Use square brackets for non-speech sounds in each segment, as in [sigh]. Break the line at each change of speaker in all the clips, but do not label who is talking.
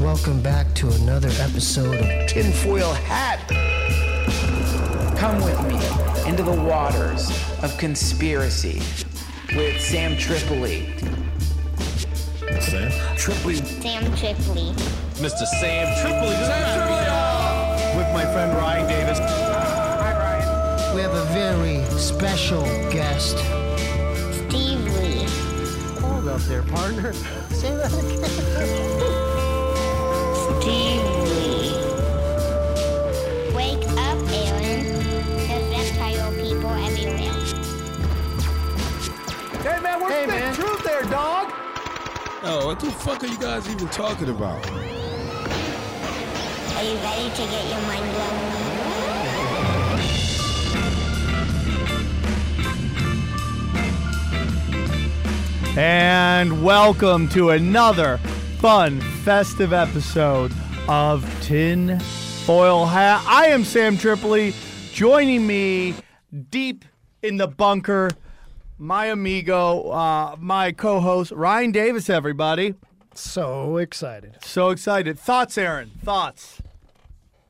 welcome back to another episode of Tinfoil Hat.
Come with me into the waters of conspiracy with Sam Tripoli.
Sam Tripoli.
Mr. Sam Tripoli. With my friend Ryan Davis.
We have a very special guest.
Steve Lee.
Hold up there, partner. [laughs] Say that again.
Steve Lee. Wake up, Aaron. There's reptile people everywhere.
Hey, man.
Oh, what the fuck are you guys even talking about?
Are you ready to get your mind blown?
And welcome to another fun, festive episode of Tin Foil Hat. I am Sam Tripoli. Joining me deep in the bunker, my amigo, uh, my co host, Ryan Davis, everybody.
So excited.
So excited. Thoughts, Aaron? Thoughts?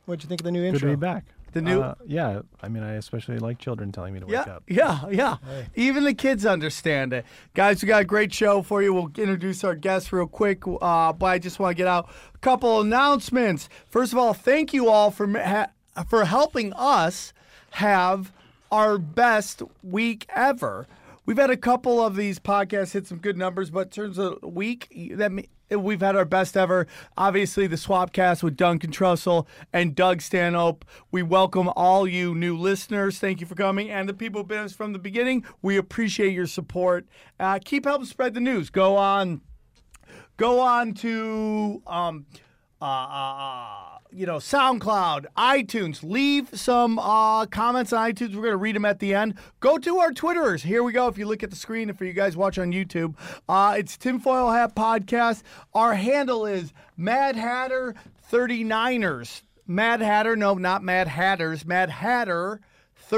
What'd you think of the new
Good to
intro?
be back.
The new-
Uh, yeah, I mean, I especially like children telling me to wake
yeah,
up.
Yeah, yeah. Even the kids understand it. Guys, we got a great show for you. We'll introduce our guests real quick, uh, but I just want to get out a couple announcements. First of all, thank you all for ma- ha- for helping us have our best week ever. We've had a couple of these podcasts hit some good numbers, but in terms of week, that me- we've had our best ever. Obviously, the Swapcast with Duncan Trussell and Doug Stanhope. We welcome all you new listeners. Thank you for coming, and the people who've been with us from the beginning. We appreciate your support. Uh, keep helping spread the news. Go on go on to um, uh, uh, uh, you know SoundCloud, iTunes. Leave some uh, comments on iTunes. We're gonna read them at the end. Go to our Twitterers. Here we go. If you look at the screen, and for you guys watch on YouTube, uh, it's Tinfoil Hat Podcast. Our handle is Mad Hatter 39ers. Mad Hatter, no, not Mad Hatters. Mad Hatter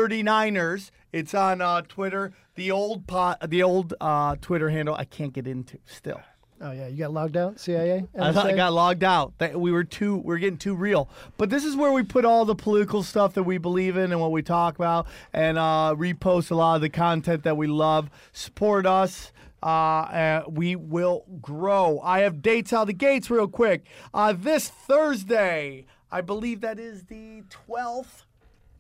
39ers. It's on uh, Twitter. The old pot, the old uh, Twitter handle. I can't get into still.
Oh yeah, you got logged out, CIA.
I thought I
NSA?
got logged out. That we were too we are getting too real. But this is where we put all the political stuff that we believe in and what we talk about and uh, repost a lot of the content that we love. Support us. Uh, uh, we will grow. I have dates out of the gates real quick. Uh, this Thursday, I believe that is the 12th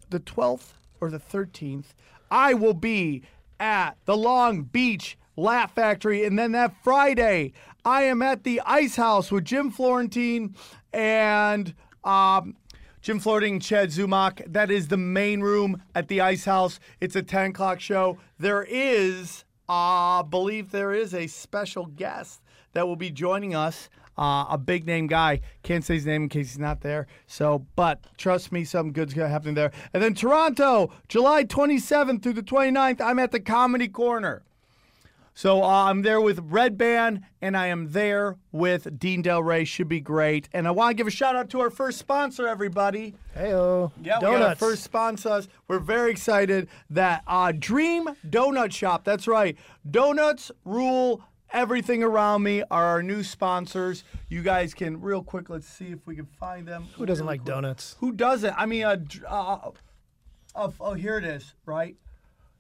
the 12th or the 13th, I will be at the Long Beach Laugh Factory. And then that Friday, I am at the Ice House with Jim Florentine and um, Jim Florentine and Chad Zumach. That is the main room at the Ice House. It's a 10 o'clock show. There is, uh, believe there is a special guest that will be joining us. Uh, a big name guy. Can't say his name in case he's not there. So, but trust me, something good's going to happen there. And then Toronto, July 27th through the 29th, I'm at the Comedy Corner. So uh, I'm there with Red Band, and I am there with Dean Del Rey. Should be great. And I want to give a shout out to our first sponsor, everybody.
Heyo.
Yeah, we got our
donuts.
first sponsor us. We're very excited that uh, Dream Donut Shop. That's right, donuts rule. Everything around me are our new sponsors. You guys can real quick. Let's see if we can find them.
Who doesn't like donuts?
Who doesn't? I mean, uh, dr- uh, oh, oh, here it is, right?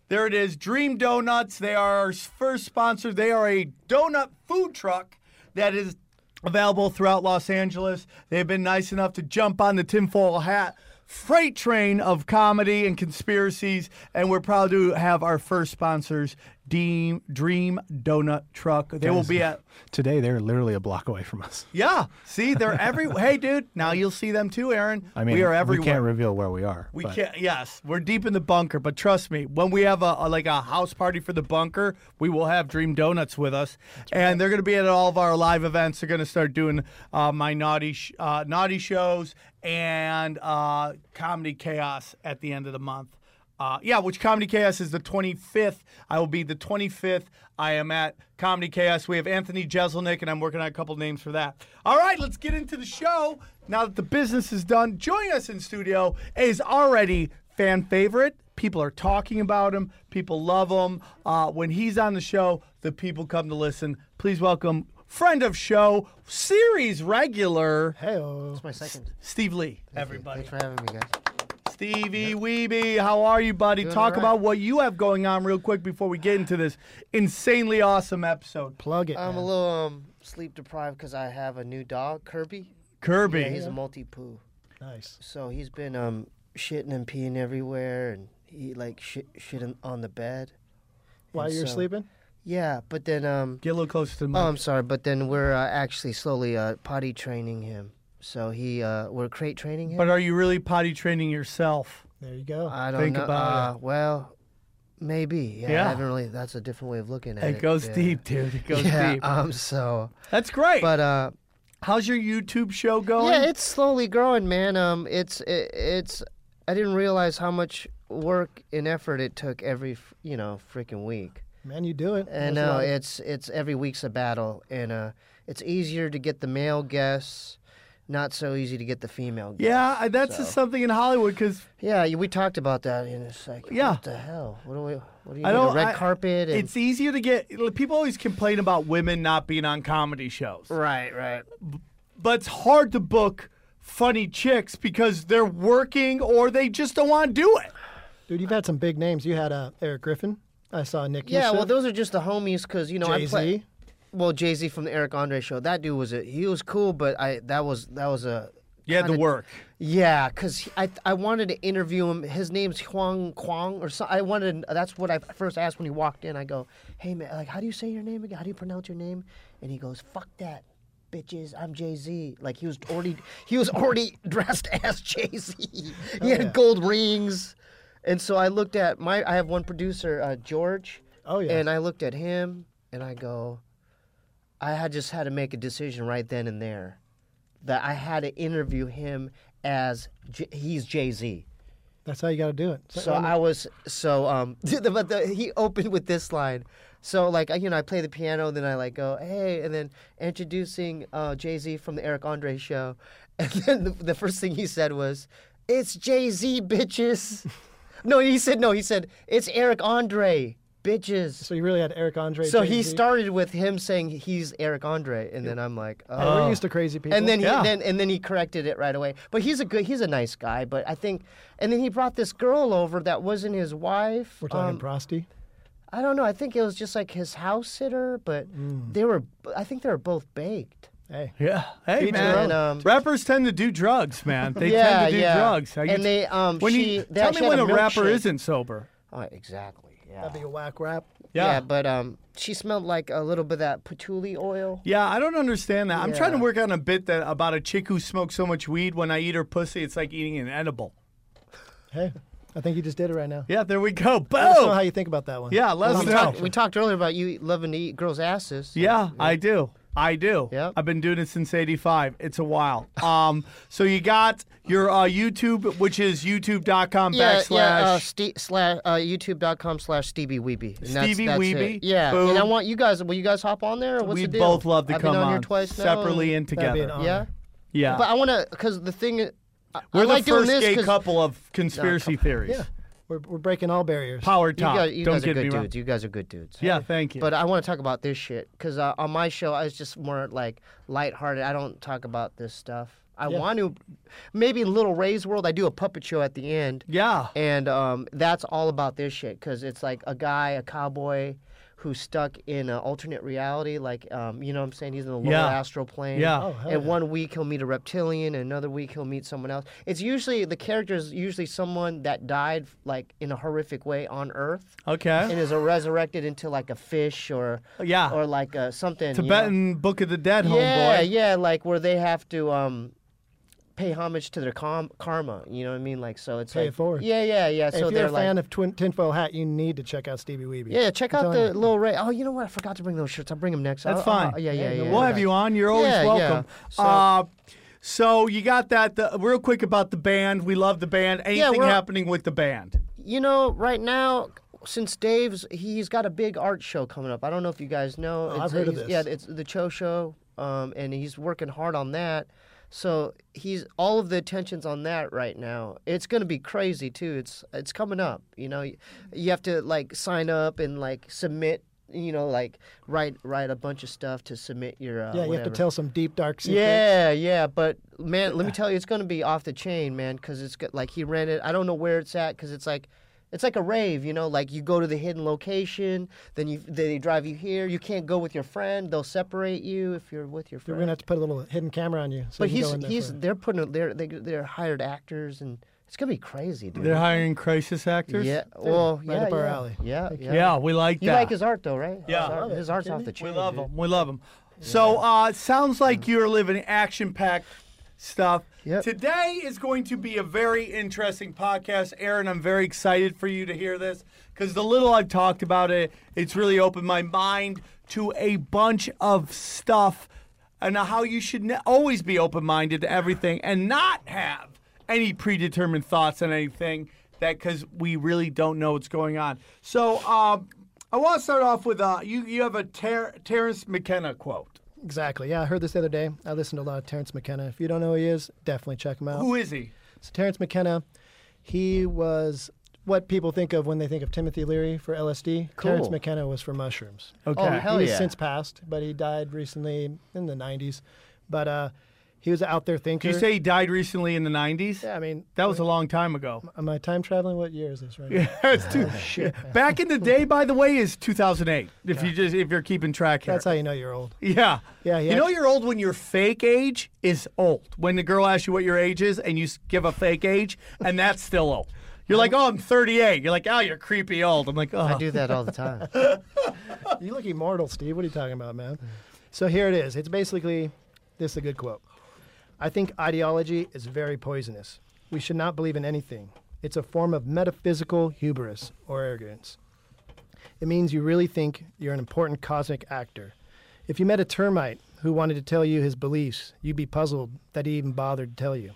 There it is. Dream Donuts. They are our first sponsor. They are a donut food truck that is available throughout Los Angeles. They've been nice enough to jump on the tinfoil hat freight train of comedy and conspiracies, and we're proud to have our first sponsors, Deem, Dream Donut Truck. They will be at
Today, they're literally a block away from us.
yeah. See, they're every. hey, dude. Now you'll see them too, Aaron.
I mean,
we are everywhere.
can't reveal where we are.
We
but
can't. Yes, we're deep in the bunker, but trust me, when we have a, a- like a house party for the bunker, we will have Dream Donuts with us, and they're going to be at all of our live events. They're going to start doing uh, my naughty sh- uh, naughty shows and uh, comedy chaos at the end of the month. Uh, yeah, which Comedy Chaos is the 25th. I will be the 25th. I am at Comedy Chaos. We have Anthony Jeselnik, and I'm working on a couple names for that. All right, let's get into the show. Now that the business is done, joining us in studio is already fan favorite. People are talking about him. People love him. Uh, when he's on the show, the people come to listen. Please welcome friend of show, series regular,
Hey, oh.
It's my second.
Steve Lee.
Everybody. Thanks for having me, guys.
Stevie Weeby, how are you, buddy?
Doing
Talk
all right.
about what you have going on real quick before we get into this insanely awesome episode.
Plug it.
I'm a
man.
little um, sleep deprived because I have a new dog, Kirby.
Kirby.
Yeah, he's a multi poo.
nice.
So he's been um shitting and peeing everywhere, and he like shit shitting on the bed.
While
And
you're
so-
sleeping?
Yeah, but then um
Get a little closer to the mic.
oh I'm sorry, but then we're uh, actually slowly uh, potty training him. So he uh we're crate training him.
but are you really potty training yourself?
There you go.
I don't
think
know.
about
uh, Well, maybe. Yeah,
Yeah.
I haven't really. That's a different way of looking at it.
It goes
yeah.
deep, dude. It goes
Yeah.
deep.
Um. So,
That's great.
but uh.
How's your YouTube show going?
Yeah, it's slowly growing, man. Um, it's it, it's. I didn't realize how much work and effort it took every f- you know freaking week.
man, you do it.
And
There's
no,
a lot of-
it's it's every week's a battle, and uh, it's easier to get the male guests. Not so easy to get the female. Guests.
Yeah, I- that's just something in Hollywood because
Yeah, you- we talked about that, and it's like,
Yeah.
what the hell? What do we? What do you
I
need a
don't-
red
I-
carpet? And,
it's easier to get. People always complain about women not being on comedy shows,
right, right.
but it's hard to book funny chicks because they're working or they just don't want to do it.
Dude, you've had some big names. You had uh, Eric Griffin. I saw Nick
Yeah,
Youssef,
well, those are just the homies, cause you know I
Jay-Z.
play. well Jay Z from the Eric Andre show. That dude was a, he was cool, but I that was that was a
You had to
kinda-
work.
yeah because I I wanted to interview him. His name's Huang Kwang or so. I wanted that's what I first asked when he walked in. I go, hey man, like how do you say your name again? How do you pronounce your name? And he goes, fuck that. Bitches, I'm Jay Z. Like he was already, he was already [laughs] dressed as Jay Z. He
Oh,
had gold rings, and so I looked at my. I have one producer, uh, George.
Oh, yeah.
And I looked at him, and I go, I had just had to make a decision right then and there that I had to interview him as J- he's Jay Z.
That's how you got to do it. So,
So I was so um, [laughs] but the, he opened with this line. So like I- you know, I play the piano, then I like go hey, and then introducing uh, Jay Z from the Eric Andre show, [laughs] and then the, the first thing he said was, "It's Jay Z,
[laughs]
bitches." no, he said no. He said it's Eric Andre, bitches.
so you really had Eric Andre.
So he
Jay-Z.
started with him saying he's Eric Andre, and then I'm like, oh.
We're used to crazy people.
And then he
Yeah.
then and then he corrected it right away. But he's a good he's a nice guy. But I think and then he brought this girl over that wasn't his wife.
we're talking
Um,
prosty.
I don't know. I think it was just like his house sitter. But
Mm.
they were I think they were both baked.
Hey,
Yeah. Hey,
Each
man.
one, um,
rappers tend to do drugs, man. They
yeah,
tend to do
yeah.
drugs. I
and
get-
they um
when
she
you,
they
tell me
actually
when
had
a rapper
milkshake.
isn't sober.
Oh, exactly. Yeah.
that'd be a whack rap.
yeah.
Yeah.
But um, she smelled like a little bit of that patchouli oil.
Yeah, I don't understand that. I'm trying to
Yeah.
work on a bit that about a chick who smokes so much weed when I eat her pussy, it's like eating an edible.
Hey, I think you just did it right now.
Yeah, there we go.
Let
Oh!
us know how
Boom.
you think about that one.
Yeah, let us
We,
know.
talked, we talked earlier about you loving to eat girls' asses.
Yeah, I do. I do.
Yep.
I've been doing it since '85. It's a while. Um, so you got your uh, YouTube, which is youtube.com
Yeah,
backslash.
yeah, uh, ste- slash, uh, youtube.com slash Stevie Weeby. And that's-
Stevie
that's it.
Weeby,
Yeah, and I
boom.
want you guys, will you guys hop on there? Or what's
we
the deal?
both love to
I've
come
been on,
on
here twice now,
separately and
That'd be an
together.
honor.
yeah,
yeah,
but I want to, because the thing, I- I,
we're the
like doing
first
this
gay
'cause
couple of conspiracy theories.
Yeah. We're, we're breaking all barriers.
Power
You
top.
guys, you
Don't
guys are
get
good
me wrong.
dudes. You guys are good dudes.
Yeah, thank you.
But I want to talk about this shit because uh, on my show I was just more like lighthearted. I don't talk about this stuff. I want to, maybe in Little Ray's world I do a puppet show at the end.
yeah,
And um, that's all about this shit because it's like a guy, a cowboy, who's stuck in an alternate reality. Like, um, you know what I'm saying? He's in the lower
Yeah.
astral plane.
Yeah. Oh,
hell
and one week he'll meet a reptilian, and another week he'll meet someone else. It's usually, the character is usually someone that died, like, in a horrific way on Earth. And
okay.
is resurrected into like a fish or
Yeah.
or like a, something you know?
Tibetan Book of the Dead,
Yeah,
homeboy.
yeah, like where they have to um pay homage to their com- karma. You know what I mean? Like so, it's
Pay it
like,
forward.
Yeah, yeah, yeah.
Hey,
so
if you're
they're
a fan
like,
of twin, Tinfoil Hat, you need to check out Stevie Weeby.
yeah, check
I'm
out
telling
the Lil Ray. Oh, you know what? I forgot to bring those shirts. I'll bring them next.
That's
I'll-
fine.
I'll- Uh, yeah, yeah, yeah.
We'll have you on. You're always
Yeah, yeah.
welcome.
So-
uh, so you got that. The, real quick about the band. We love the band. Anything
we're-
happening with the band?
You know, right now. Since Dave's, he's got a big art show coming up. I don't know if you guys know.
Oh, I've heard of
he's-
this.
Yeah, it's the Cho Show, um, and he's working hard on that. So he's all of the attention's on that right now. It's gonna be crazy too. It's it's coming up. You know, you, you have to like sign up and like submit you know, like write write a bunch of stuff to submit your. Uh,
yeah, you have to
whatever.
tell some deep dark secrets.
Yeah, yeah, but man, let me tell you, it's gonna be off the chain, man, because it's got, like he rented. I don't know where it's at, because it's like, it's like a rave, you know. Like you go to the hidden location, then you they drive you here. You can't go with your friend; they'll separate you if you're with your
We're
friend.
gonna have to put a little hidden camera on you. So
but
you
he's
can go in there
he's
for-
they're putting a- they're they, they're hired actors, and it's gonna be crazy, dude.
They're hiring crisis actors.
yeah, well,
right
yeah,
up our
yeah.
alley.
Yeah, yeah,
Yeah, we like
You
that.
like his art though, right?
Yeah.
his, art, his art's off the chain.
We love
dude.
them. We love them. So uh, it sounds like you're living action-packed stuff.
Yep.
Today is going to be a very interesting podcast, Aaron. I'm very excited for you to hear this because the little I've talked about it, it's really opened my mind to a bunch of stuff and how you should ne- always be open-minded to everything and not have any predetermined thoughts on anything. That because we really don't know what's going on. So. Uh, I want to start off with uh, you. You have a Ter- Terrence McKenna quote.
exactly. Yeah, I heard this the other day. I listened to a lot of Terrence McKenna. If you don't know who he is, definitely check him out.
Who is he?
So Terrence McKenna, he was what people think of when they think of Timothy Leary for LSD. Terrence
Cool.
McKenna was for mushrooms.
Oh, hell
he's
yeah.
since passed, but he died recently in the 90s. But uh, he was an out there thinker.
Did you say he died recently in the 90s?
Yeah, I mean,
That was a long time ago.
am I time traveling? What year is this
[laughs]
right now?
[laughs] That's too,
Oh,
Back in the day, by the way, is 2008. If you just if you're keeping track here.
That's how you know you're old.
yeah.
Yeah, he
You know
act-
you're old when your fake age is old. When the girl asks you what your age is and you s- give a fake age, and that's still old. You're like, oh, I'm 38. You're like, oh, you're creepy old. I'm like, oh,
I do that all the time.
You look immortal, Steve. What are you talking
[laughs]
about, man? So here it is. It's basically this is a good quote. I think ideology is very poisonous. We should not believe in anything. It's a form of metaphysical hubris or arrogance. It means you really think you're an important cosmic actor. If you met a termite who wanted to tell you his beliefs, you'd be puzzled that he even bothered to tell you.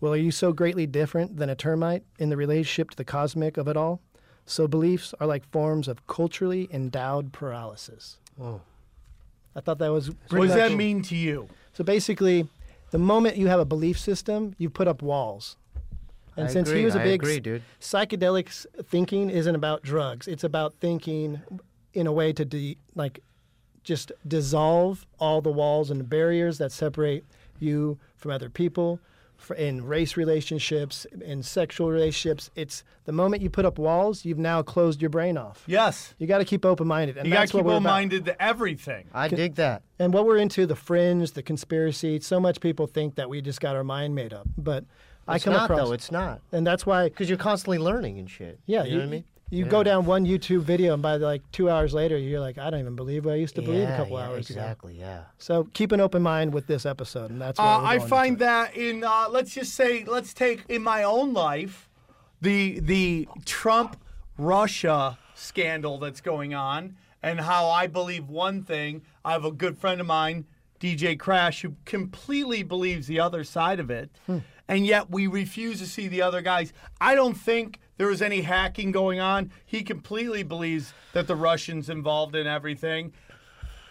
Well, are you so greatly different than a termite in the relationship to the cosmic of it all? So beliefs are like forms of culturally endowed paralysis. I thought that was.
what does that mean to you?
So basically, the moment you have a belief system, you put up walls. And
I
since
agree,
he was a
I
big
agree, dude.
psychedelics thinking isn't about drugs. It's about thinking in a way to de- like just dissolve all the walls and barriers that separate you from other people for, in race relationships, in sexual relationships. It's the moment you put up walls, you've now closed your brain off.
Yes.
You got to keep open-minded, and
You got
that's
to keep
what we're
open
about.
minded to everything.
[laughs]
I dig that.
And what we're into, the fringe, the conspiracy, so much people think that we just got our mind made up. But I
It's
come
not
across
though. It's not.
and that's why
Because you're constantly learning and shit.
yeah,
you,
you,
know what I mean.
you go down one YouTube video and by like two hours later you're like, I don't even believe what I used to believe a
Yeah,
couple
yeah,
hours ago.
Exactly. Yeah.
So keep an open mind with this episode and that's why
Uh, I find that in uh, let's just say let's take in my own life the the Trump Russia scandal that's going on and how I believe one thing. I have a good friend of mine, DJ Crash, who completely believes the other side of it,
Hmm.
and yet we refuse to see the other guys. I don't think. There was any hacking going on. He completely believes that the Russians involved in everything,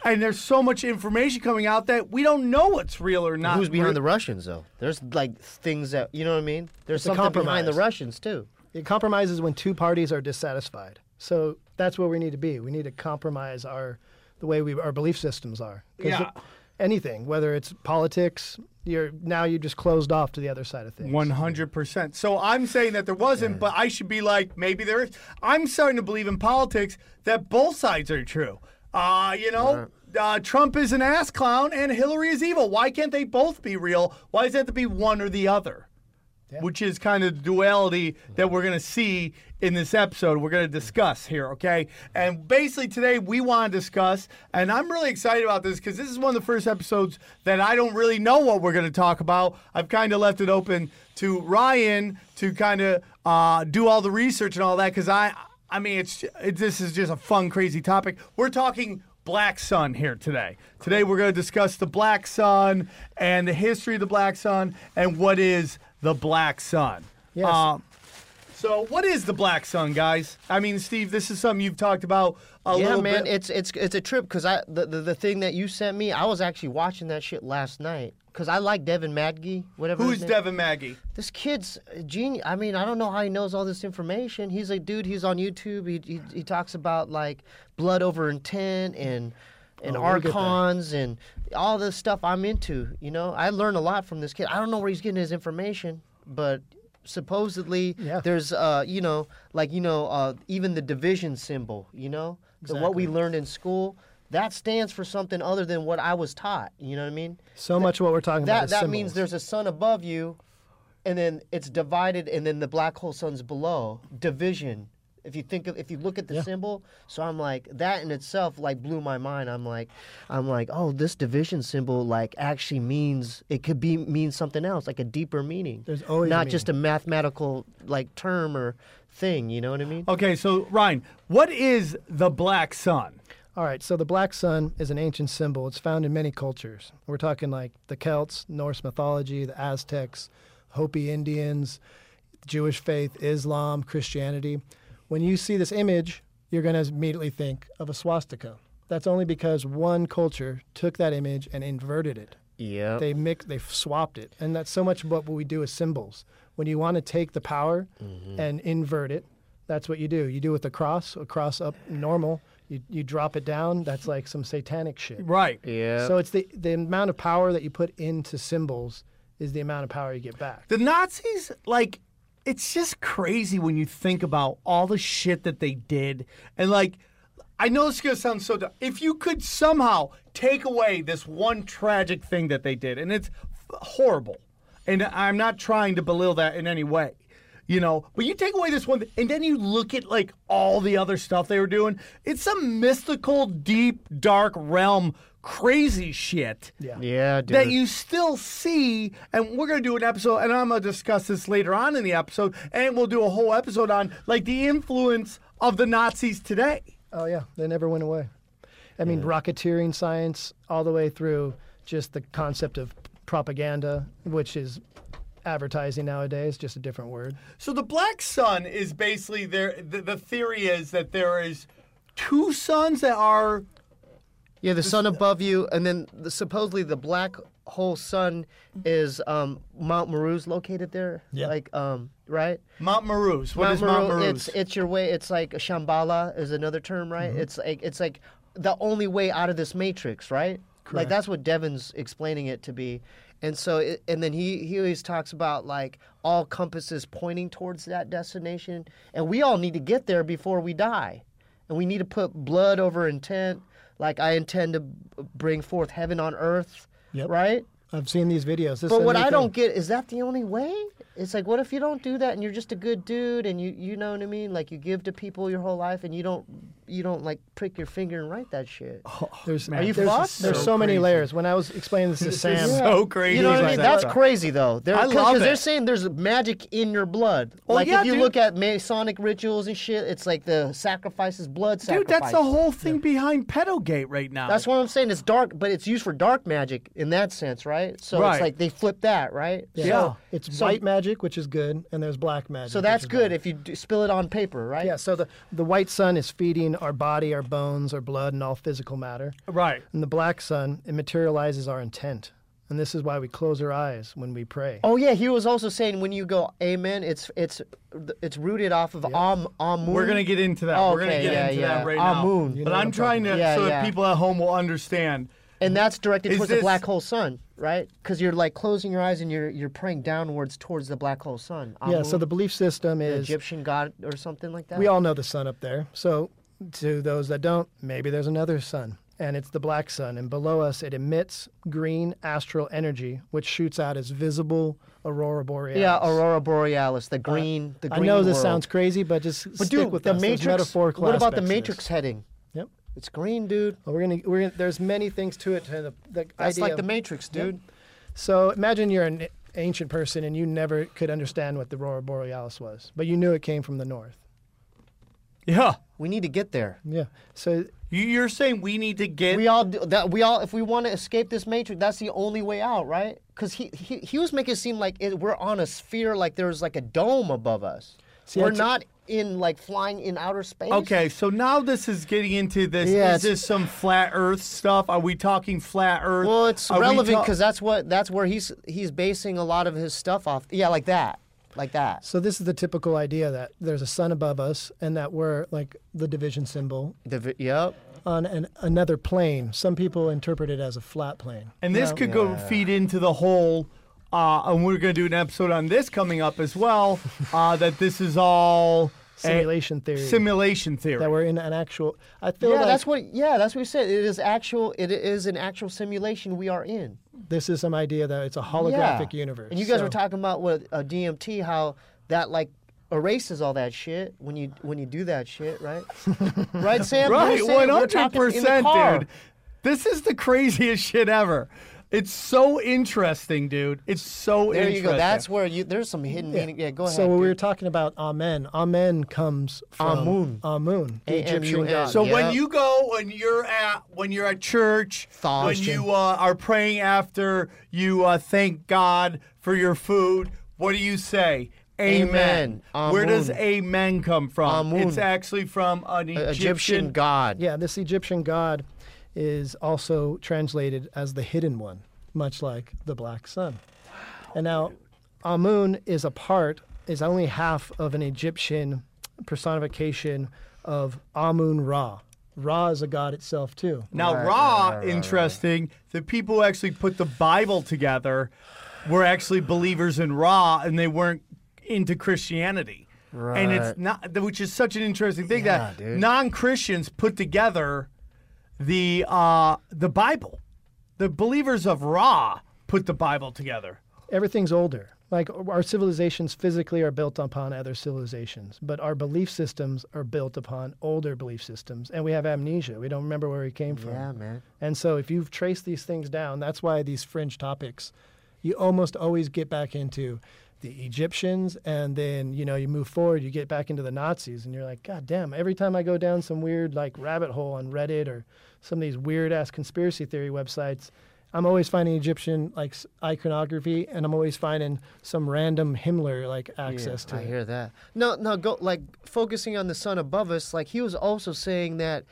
and there's so much information coming out that we don't know what's real or not.
Who's behind
real.
the Russians though? There's like things that you know what I mean. There's
a
something behind the
compromise.
Russians too.
it compromises when two parties are dissatisfied. So that's where we need to be. We need to compromise our the way we our belief systems are. 'Cause
Yeah.
it- anything, whether it's politics, you're now you're just closed off to the other side of things.
One hundred percent. So I'm saying that there wasn't, but I should be like, maybe there is. I'm starting to believe in politics that both sides are true. Uh, you know, uh, Trump is an ass clown and Hillary is evil. Why can't they both be real? Why does it have to be one or the other? Which is kind of the duality that we're going to see in this episode. We're going to discuss here, okay? And basically, today we want to discuss, and I'm really excited about this because this is one of the first episodes that I don't really know what we're going to talk about. I've kind of left it open to Ryan to kind of uh, do all the research and all that because I, I mean, it's it, this is just a fun, crazy topic. We're talking Black Sun here today. Today we're going to discuss the Black Sun and the history of the Black Sun and what is the Black Sun.
Yes.
Uh, So, what is the black sun, guys? I mean, Steve, this is something you've talked about a
yeah,
little
man,
bit.
it's it's it's a trip because I the, the the thing that you sent me, I was actually watching that shit last night because I like Devin Maggie, whatever.
Who
his
is
name-
Devin Maggie?
This kid's a genius. I mean, I don't know how he knows all this information. He's a dude. He's on YouTube. He he, he talks about like blood over intent and and
Oh, we'll get there.
archons and all this stuff I'm into. You know, I learn a lot from this kid. I don't know where he's getting his information, but supposedly
Yeah.
there's uh you know like you know uh even the division symbol. You know, The- what we learned in school. That stands for something other than what I was taught. You know what I mean?
So much of what we're talking about
that
is
that means
symbols.
there's a sun above you, and then it's divided, and then the black hole sun's below. Division. If you think of if you look at the symbol, so I'm like that in itself like blew my mind. I'm like, I'm like, oh, this division symbol like actually means it could be mean something else, like a deeper meaning.
There's always a
not just a mathematical like term or thing. You know what I
Oh,
mean?
Okay, so Ryan, what is the black sun?
All right, so the black sun is an ancient symbol. It's found in many cultures. We're talking like the Celts, Norse mythology, the Aztecs, Hopi Indians, Jewish faith, Islam, Christianity. When you see this image, you're going to immediately think of a swastika. That's only because one culture took that image and inverted it.
Yeah.
They mix, they swapped it, and that's so much of what we do as symbols. When you want to take the power
Mm-hmm.
and invert it, that's what you do. You do with the cross, a cross up normal. You you drop it down. That's like some satanic shit.
Right.
yeah.
So it's the the amount of power that you put into symbols is the amount of power you get back.
The Nazis, like, it's just crazy when you think about all the shit that they did. And, like, I know this is going to sound so dumb. If you could somehow take away this one tragic thing that they did, and it's f- horrible, and I'm not trying to belittle that in any way. You know, but you take away this one, th- and then you look at like all the other stuff they were doing. It's some mystical, deep, dark realm, crazy shit. Yeah
yeah, dude.
that you still see, and we're gonna do an episode, and I'm gonna discuss this later on in the episode, and we'll do a whole episode on like the influence of the Nazis today.
Oh yeah, they never went away. I mean, rocketeering science all the way through just the concept of propaganda, which is advertising nowadays, just a different word.
So the black sun is basically there. The, the theory is that there is two suns that are
Yeah, the sun above you, and then the, supposedly the black hole sun is um, Mount Meru's located there.
Yeah.
Like, um, right?
Mount Meru's. What is Mount Meru's? Mm-hmm.
It's it's your way. It's like Shambhala is another term, right? It's like it's like the only way out of this matrix, right? Like that's what Devin's explaining it to be, and so it, and then he he always talks about like all compasses pointing towards that destination, and we all need to get there before we die, and we need to put blood over intent. Like I intend to b- bring forth heaven on earth,
Yep.
right?
I've seen these videos. This
But
is
what
a new
I
thing.
don't get is that the only way? It's like, what if you don't do that and you're just a good dude and you, you know what I mean? Like you give to people your whole life and you don't you don't like prick your finger and write that shit.
Oh,
There's,
Are you
there's,
fucked?
There's so, many layers. When I was explaining this to Sam,
is so crazy.
You know what I
Like
mean?
that.
That's crazy though. They're,
I
cause,
love
'cause they're
it.
saying there's magic in your blood.
Oh,
like
yeah,
if you
dude.
look at Masonic rituals and shit, it's like the sacrifices, blood
Dude,
sacrifices.
that's the whole thing behind Pedogate right now.
That's what I'm saying. It's dark, but it's used for dark magic in that sense, right? So
Right.
it's like they flip that, right?
yeah.
Yeah.
it's white magic, which is good, and there's black magic.
So
which
that's
is
good if you d- spill it on paper, right?
bad. Yeah, so the, the white sun is feeding our body, our bones, our blood, and all physical matter.
right.
And the black sun, it materializes our intent. And this is why we close our eyes when we pray.
Oh yeah, he was also saying when you go amen, it's it's it's rooted off of am amun.
We're gonna get into that.
Oh,
We're gonna
okay,
get
yeah,
into
yeah.
that right
Ah,
now.
moon. You
But
know what
I'm
I'm
trying to
talking about.
so
Yeah,
that
yeah.
people at home will understand.
and that's directed
Is
towards
this-
the black hole sun, right? Because you're like closing your eyes and you're you're praying downwards towards the black hole sun.
yeah, so
Amun,
the belief system
the
is
Egyptian god or something like that.
we all know the sun up there. So to those that don't, maybe there's another sun. And it's the black sun. And below us, it emits green astral energy, which shoots out as visible aurora borealis.
yeah, aurora borealis, the green, the
I
green.
know this
world.
sounds crazy, but just
But
stick
dude,
with
the
us. There's
matrix.
metaphorical
what about the
aspects to
matrix
this.
heading?
Yep.
It's green, dude.
Well, we're gonna, we're gonna, there's many things to it. To the, the
That's
idea
like
of-
the matrix, dude.
So imagine you're an ancient person and you never could understand what the aurora borealis was, but you knew it came from the north.
Yeah.
We need to get there.
Yeah. So
You- You're saying we need to get
we all do, that we all if we want to escape this matrix that's the only way out right because he, he he was making it seem like it, we're on a sphere like there's like a dome above us
See,
We're
that's-
not in like flying in outer space.
Okay, so now this is getting into this.
Yeah, it's-
is this some flat Earth stuff? Are we talking flat Earth?
Well, it's
Are we
relevant
ta-
because that's what that's where he's he's basing a lot of his stuff off. Yeah, like that, like that.
So this is the typical idea that there's a sun above us and that we're like the division symbol
The, vi- yep.
on an, another plane. Some people interpret it as a flat plane.
and this could go feed into the whole. Uh, and we're going to do an episode on this coming up
[laughs]
as well. Uh, that this is all a-
Simulation theory.
Simulation theory.
that we're in an actual. I feel
Yeah,
like
that's what. Yeah, that's what he said. It is actual. It is an actual simulation we are in.
this is some idea that it's a holographic universe.
And you guys
so-
were talking about with uh, DMT how that like erases all that shit when you when you do that shit, right? right, Sam. You were saying
Right, one
we were
hundred
talking in the
percent,
car.
dude. This is the [laughs] craziest shit ever. It's so interesting, dude. It's so
There
interesting.
you go. That's where you. There's some hidden meaning. Yeah, go ahead.
So when we were
dude.
talking about Amen, Amen comes from
Amun.
Amun, the Egyptian
A-M-U-N.
god.
so when
Yep.
you go, when you're at, when you're at church,
Thought.
when you uh, are praying after you uh, thank God for your food, what do you say? Amen.
Amen.
Where does
Amun.
amen come from?
Amun.
It's actually from an Egyptian,
Egyptian god.
yeah, this Egyptian god is also translated as the hidden one, much like the black sun. And now, Amun is a part, is only half of an Egyptian personification of Amun Ra. Ra is a god itself too.
Now, Ra, interesting, the people who actually put the Bible together were actually believers in Ra and they weren't into Christianity. And it's
Right.
not, th- which is such an interesting thing that
Yeah, dude.
non Christians put together the uh, the Bible. The believers of Ra put the Bible together.
everything's older. Like our civilizations physically are built upon other civilizations, but our belief systems are built upon older belief systems, and we have amnesia. We don't remember where we came from.
Yeah, man.
And so, if you've traced these things down, that's why these fringe topics, you almost always get back into the Egyptians, and then you know you move forward, you get back into the Nazis, and you're like, God damn! Every time I go down some weird like rabbit hole on Reddit or some of these weird ass conspiracy theory websites, I'm always finding Egyptian like s- iconography, and I'm always finding some random Himmler like access to
I
it.
hear that. No, no, go like focusing on the sun above us. Like he was also saying that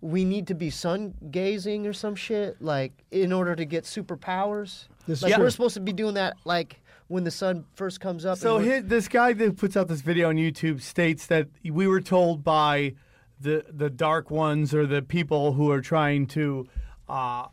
we need to be sun gazing or some shit, like in order to get superpowers.
This is
like
true.
we're supposed to be doing that, like when the sun first comes up.
So
and we're-
his, this guy that puts out this video on YouTube states that we were told by the the dark ones or the people who are trying to uh,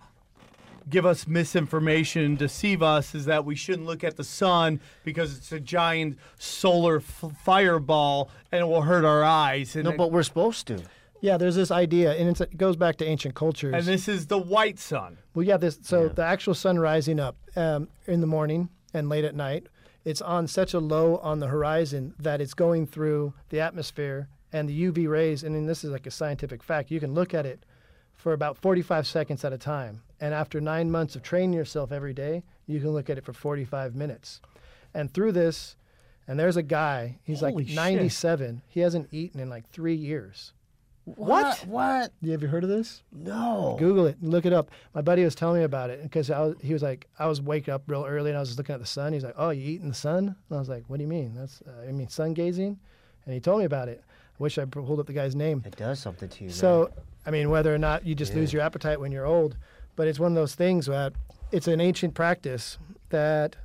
give us misinformation, deceive us, is that we shouldn't look at the sun because it's a giant solar f- fireball and it will hurt our eyes. And,
no,
it-
but we're supposed to.
Yeah, there's this idea, and it's, it goes back to ancient cultures.
and this is the white sun.
Well, yeah. This so the actual sun rising up um, in the morning and late at night. It's on such a low on the horizon that it's going through the atmosphere and the UV rays. And then this is like a scientific fact. You can look at it for about 45 seconds at a time. And after nine months of training yourself every day, you can look at it for 45 minutes. And through this, and there's a guy. He's
Holy
like
shit.
97. He hasn't eaten in like three years.
What? What?
You ever heard of this?
No.
Google it, look it up. My buddy was telling me about it because I was, he was like, I was waking up real early and I was just looking at the sun. He's like, Oh, you eating the sun? And I was like, What do you mean? That's uh, I mean sun gazing, and he told me about it. I wish I pulled up the guy's name.
It does something to you. man.
So, I mean, whether or not you just lose your appetite when you're old, but it's one of those things that it's an ancient practice that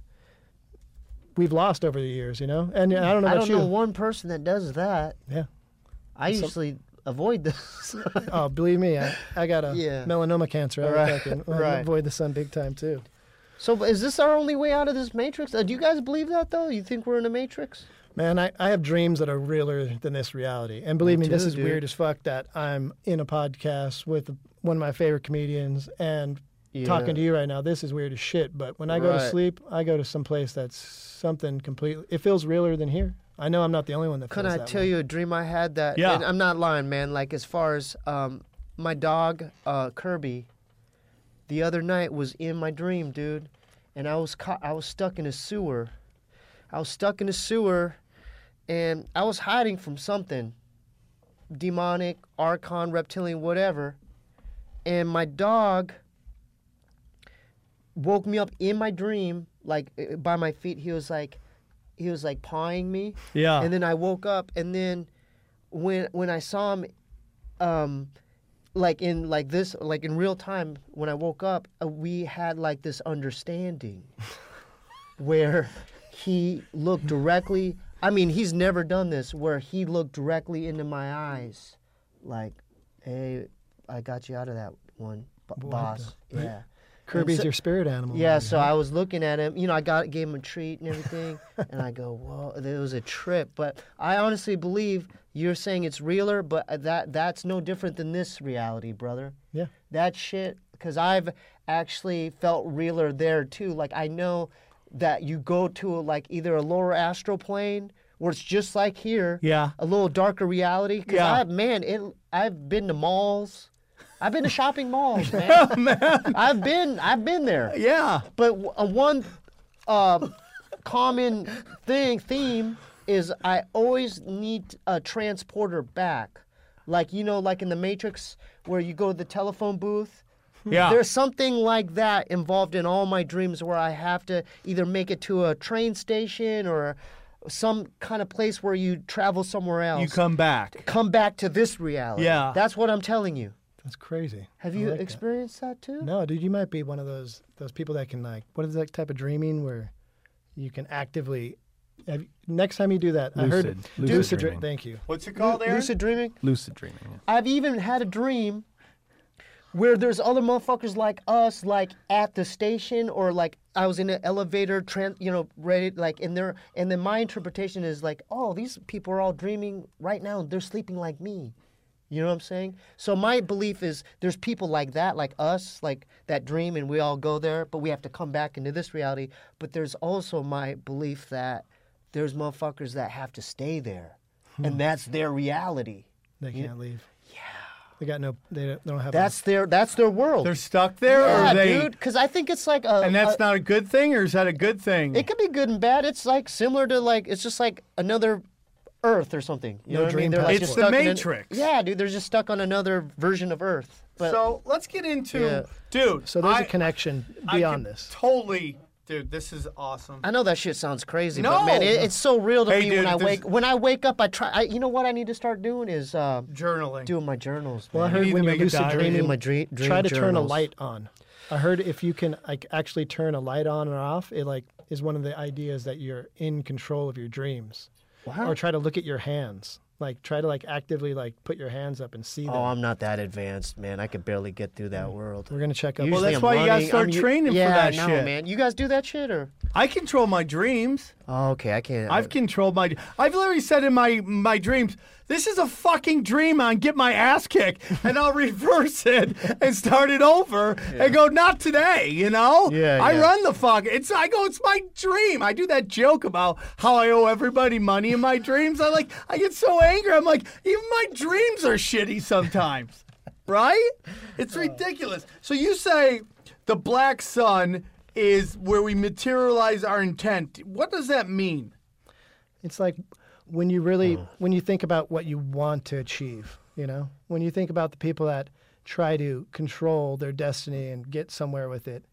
we've lost over the years, you know. And I don't know
I
about
don't
you.
know one person that does that.
yeah.
I usually avoid this.
Oh, believe me, I, I got a
[laughs] Yeah.
melanoma cancer. I
Right,
right. fucking
[laughs] right.
avoid the sun big time too.
[laughs] so is this our only way out of this matrix? Uh, do you guys believe that though? You think we're in a matrix?
Man, I, I have dreams that are realer than this reality. And believe me, this
too,
is
dude.
weird as fuck that I'm in a podcast with one of my favorite comedians and talking to you right now. This is weird as shit. But when I go to
Right.
sleep, I go to some place that's something completely, it feels realer than here. I know I'm not the only one that
Can
feels
I
that
tell
way.
you a dream I had that?
Yeah.
and I'm not lying, man. Like as far as um, my dog uh, Kirby, the other night was in my dream, dude, and I was caught. I was stuck in a sewer. I was stuck in a sewer, and I was hiding from something, demonic, archon, reptilian, whatever, and my dog woke me up in my dream, like uh, by my feet. He was like, he was like pawing me.
Yeah.
And then I woke up, and then when when I saw him, um, like in like this, like in real time, when I woke up, uh, we had like this understanding, where he looked directly. I mean, he's never done this, where he looked directly into my eyes, like, "Hey, I got you out of that one, b- boss." Yeah.
Kirby's
so-
your spirit animal.
Yeah,
man.
so I was looking at him. You know, I got gave him a treat and everything, and I go, "Whoa, it was a trip." But I honestly believe you're saying it's realer, but uh, that that's no different than this reality, brother.
Yeah.
That shit, because I've actually felt realer there too. Like I know that you go to like either a lower astral plane where it's just like here,
Yeah.
a little darker reality. Cause
Yeah.
I, man, it. I've been to malls. I've been to shopping malls, man. I've been, I've been there.
Yeah.
But w- uh, one uh, common thing theme is I always need a transporter back, like you know, like in the Matrix where you go to the telephone booth.
Yeah.
There's something like that involved in all my dreams where I have to either make it to a train station or some kind of place where you travel somewhere else.
you come back.
come back to this reality.
Yeah.
That's what I'm telling you.
That's crazy.
Have
I
you
like that.
experienced that, too?
No, dude, you might be one of those those people that can like what is that type of dreaming where you can actively. Have, next time you do that, I heard
Lucid.
dude,
Lucid
lucid dr-
dreaming.
Thank you.
What's it called, Aaron?
Lucid dreaming?
Lucid dreaming.
I've even had a dream where there's other motherfuckers like us, like at the station, or like I was in an elevator, tran you know, ready, like, and they're, and then my interpretation is like, oh, these people are all dreaming right now, they're sleeping like me. You know what I'm saying? So my belief is there's people like that, like us, like that dream, and we all go there, but we have to come back into this reality. But there's also my belief that there's motherfuckers that have to stay there, and that's their reality.
They can't leave. Yeah. They got no. They don't, they don't have.
That's their that's their world.
They're stuck there,
yeah,
or they?
dude. Uh, Because I think it's like a.
And that's
a-
not a good thing, or is that a good thing?
It could be good and bad. It's like similar to like it's just like another Earth or something. You
No
know what I mean?
dream
They're like
passport.
just
It's the
stuck in an-
Matrix.
yeah, dude. They're just stuck on another version of Earth. But
so let's get into,
Yeah.
dude.
so there's a
I-
connection
I
beyond
could
this.
Totally, dude. This is awesome.
I know that shit sounds crazy,
No.
but man, it, it's so real to
Hey,
me
dude,
when I
if there's-
wake when I wake up. I try. I, you know what I need to start doing is uh,
Journaling.
doing my journals.
Well, I
man.
need
heard
to
when you're
make a
lucid
diary.
dreaming,
In my dream- dream
try to turn a
journals.
light on. I heard if you can like actually turn a light on or off, it like is one of the ideas that you're in control of your dreams.
Wow.
Or try to look at your hands. Like try to like actively like put your hands up and see them.
Oh, I'm not that advanced, man. I could barely get through that world.
We're gonna check up.
Usually
that's
I'm
why you gotta
running,
start
I'm u-
training for
yeah,
that
no,
shit.
man. You guys do that shit or?
I control my dreams.
Oh, okay, I can't.
I've controlled my. I've literally said in my my dreams, "This is a fucking dream. On get my ass kicked, [laughs] and I'll reverse it and start it over and go not today." You know?
Yeah,
I
yeah.
run the fuck. It's I go. It's my dream. I do that joke about how I owe everybody money in my dreams. I like. I get so angry. I'm like, even my dreams are shitty sometimes, [laughs] right?
Uh.
It's ridiculous. So you say the black sun. Is where we materialize our intent. What does that mean?
It's like when you really
Hmm.
when you think about what you want to achieve, you know? When you think about the people that try to control their destiny and get somewhere with it,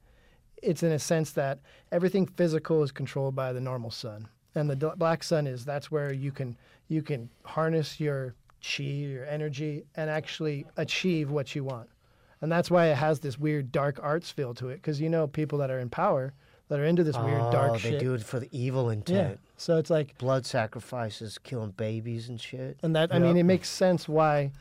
it's in a sense that everything physical is controlled by the normal sun. And the d- black sun is that's where you can you can harness your chi, your energy and actually achieve what you want. And that's why it has this weird dark arts feel to it cuz you know people that are in power that are into this weird dark
oh,
shit.
they do it for the evil intent.
yeah. So it's like
Blood sacrifices, killing babies and shit.
And that, I mean, it makes sense why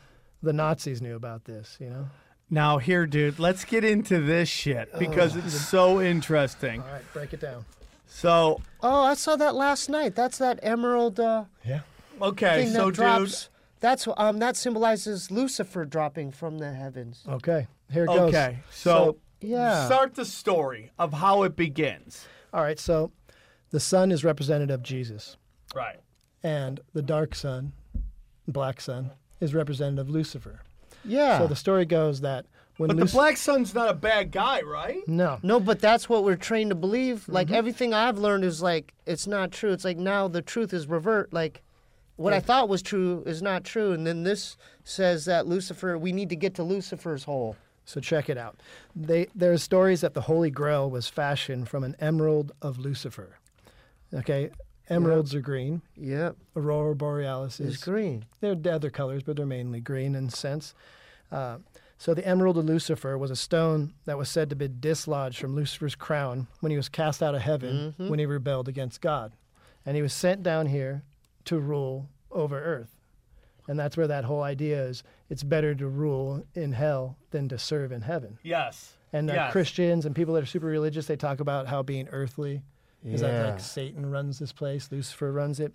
the Nazis knew about this, you know?
Now, here, dude, let's get into this shit
Oh.
because it's so interesting.
All right, break it down.
So,
Oh, I saw that last night. That's that emerald uh,
Yeah.
okay,
thing
so,
that drops. That's um that symbolizes Lucifer dropping from the heavens.
Okay, here it
dude,
goes.
okay, so,
yeah.
start the story of how it begins.
All right, so the sun is representative of Jesus,
Right.
and the dark sun, black sun, is representative of Lucifer.
Yeah.
So the story goes that when
Ah. But the
Lucifer.
Black Sun's not a bad guy, right?
no.
no, but that's what we're trained to believe. Like
Mm-hmm.
everything I've learned is like it's not true. It's like now the truth is revert. Like what I thought was true is not true, and then this says that Lucifer. We need to get to Lucifer's hole.
So check it out. They, there are stories that the Holy Grail was fashioned from an emerald of Lucifer. Okay, Emeralds are green.
Yep.
Aurora borealis is
It's green.
They're d- other colors, but they're mainly green in sense. Uh, so the emerald of Lucifer was a stone that was said to be dislodged from Lucifer's crown when he was cast out of heaven when he rebelled against God, and he was sent down here to rule over earth. And that's where that whole idea is: it's better to rule in hell than to serve in heaven.
Yes.
And uh,
Yes.
Christians and people that are super religious, they talk about how being earthly is that
Yeah.
like Satan runs this place, Lucifer runs it.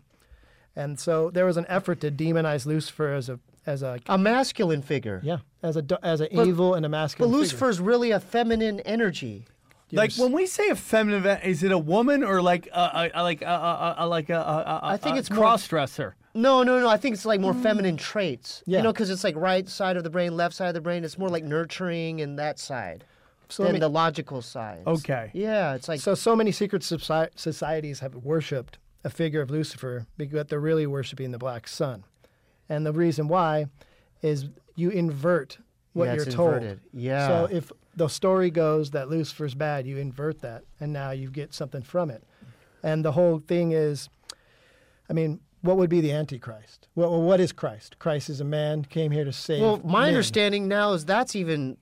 And so there was an effort to demonize Lucifer as a as a
A masculine figure.
yeah as a do- as an
But-
evil and a
But
masculine. figure.
Lucifer's really a feminine energy.
Like when we say a feminine, event, is it a woman or like a, a, a like a, a, a like a, a, a
I think it's more-
cross dresser.
No, no, no. I think it's like
Mm.
more feminine traits.
Yeah.
You know, because it's like right side of the brain, left side of the brain. It's more like nurturing and that side
so
than
many-
the logical side.
Okay.
Yeah, it's like
so so many secret soci- societies have worshipped a figure of Lucifer, but they're really worshiping the black sun. And the reason why is you invert what
Yeah,
you're
it's
told.
inverted. Yeah.
So if the story goes that Lucifer's bad, you invert that, and now you get something from it. And the whole thing is, I mean, what would be the Antichrist? Well, well, what is Christ? Christ is a man came here to save.
Well, my
men.
understanding now is that's even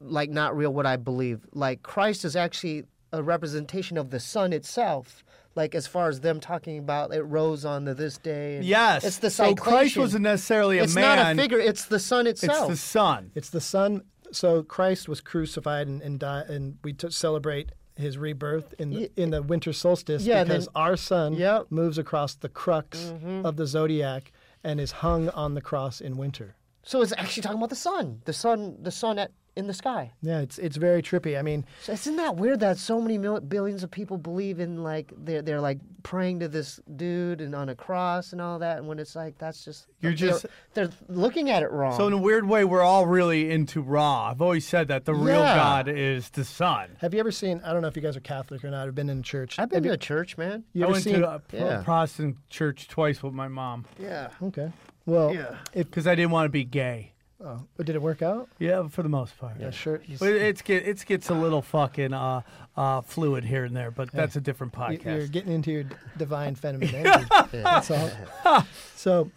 like not real what I believe. Like Christ is actually a representation of the sun itself. Like as far as them talking about it rose on the this day. and-
Yes.
It's the
so Christ
cyclation.
wasn't necessarily a
It's
man.
not a figure. It's the sun
It's
itself.
the sun.
It's the sun. So Christ was crucified and and, die, and we t- celebrate his rebirth in the, in the winter solstice
Yeah, and
because
then-
our sun
Yep.
moves across the crux of the zodiac and is hung on the cross in winter.
so it's actually talking about the sun. The sun. The sun at in the sky.
Yeah, it's it's very trippy. I mean,
So isn't that weird that so many mil- billions of people believe in like they're they're like praying to this dude and on a cross and all that, and when it's like that's just
You're
they're-
just-
they're, looking at it wrong.
So in a weird way, we're all really into Ra. I've always said that the real
Yeah.
God is the sun.
have you ever seen? I don't know if you guys are Catholic or not. I've been in church.
I've been
Have
to
you,
a church, man.
you
I
ever
went
seen?
to a pro-
Yeah.
Protestant church twice with my mom
Yeah.
okay. Well,
Yeah.
if
because I didn't want to be gay.
oh, did it work out?
Yeah, for the most part.
Yeah, sure.
But it's get it's gets a little fucking uh, uh, fluid here and there, but that's a different
You- You're
podcast.
getting into your d- divine femininity. That's all. So,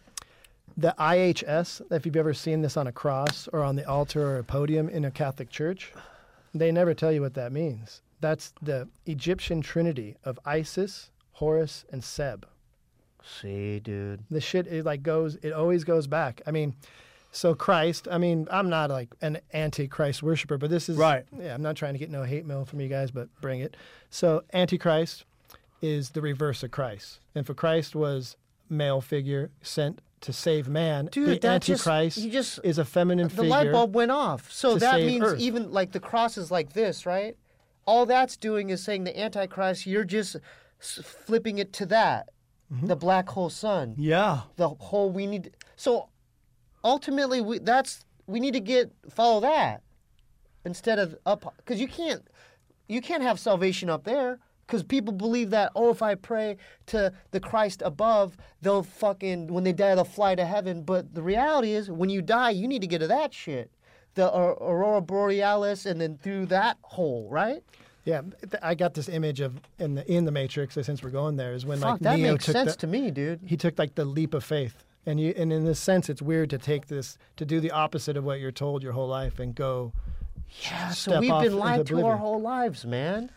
the IHS, if you've ever seen this on a cross or on the altar or a podium in a Catholic church, they never tell you what that means. That's the Egyptian trinity of Isis, Horus, and Seb.
See, dude.
The shit it like goes it always goes back. I mean, so Christ, I mean, I'm not like an anti-Christ worshiper, but this is
Right.
Yeah, I'm not trying to get no hate mail from you guys, but bring it. So antichrist is the reverse of Christ. And for Christ was male figure sent to save man.
Dude,
the
that just-
antichrist
you just-
is a feminine
The
figure.
light bulb went off. So
to
that
save
means
Earth.
even like the cross is like this, right? All that's doing is saying the Antichrist, you're just s- flipping it to that. The black hole sun.
Yeah.
The whole we need. So ultimately, we that's we need to get follow that instead of up because you can't you can't have salvation up there because people believe that oh if I pray to the Christ above they'll fucking when they die they'll fly to heaven but the reality is when you die you need to get to that shit the Au- aurora borealis and then through that hole right
Yeah, th- I got this image of in the in the Matrix. uh, Since we're going there, is when
Fuck,
like
that
Neo
makes
took
sense
the,
to me dude
he took like the leap of faith and you and in this sense it's weird to take this to do the opposite of what you're told your whole life and go
yeah so
step
we've
off
been
into
lied to our
oblivion.
whole lives man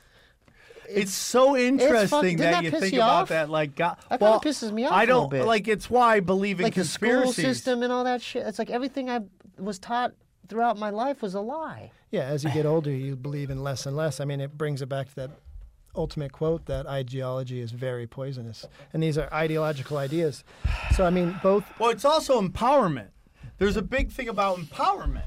It's so interesting
didn't
that
that
you
piss
think
you
about
off?
that. Like, God,
That kinda
well,
pisses me off
I
a little
don't
bit.
like. It's why I believe in
like the school
conspiracies.
system and all that shit it's like everything I was taught throughout my life was a lie
yeah as
[sighs]
you get older you believe in less and less i mean it brings it back to that ultimate quote that ideology is very poisonous and these are ideological ideas so i mean both
Well, it's also empowerment. There's a big thing about empowerment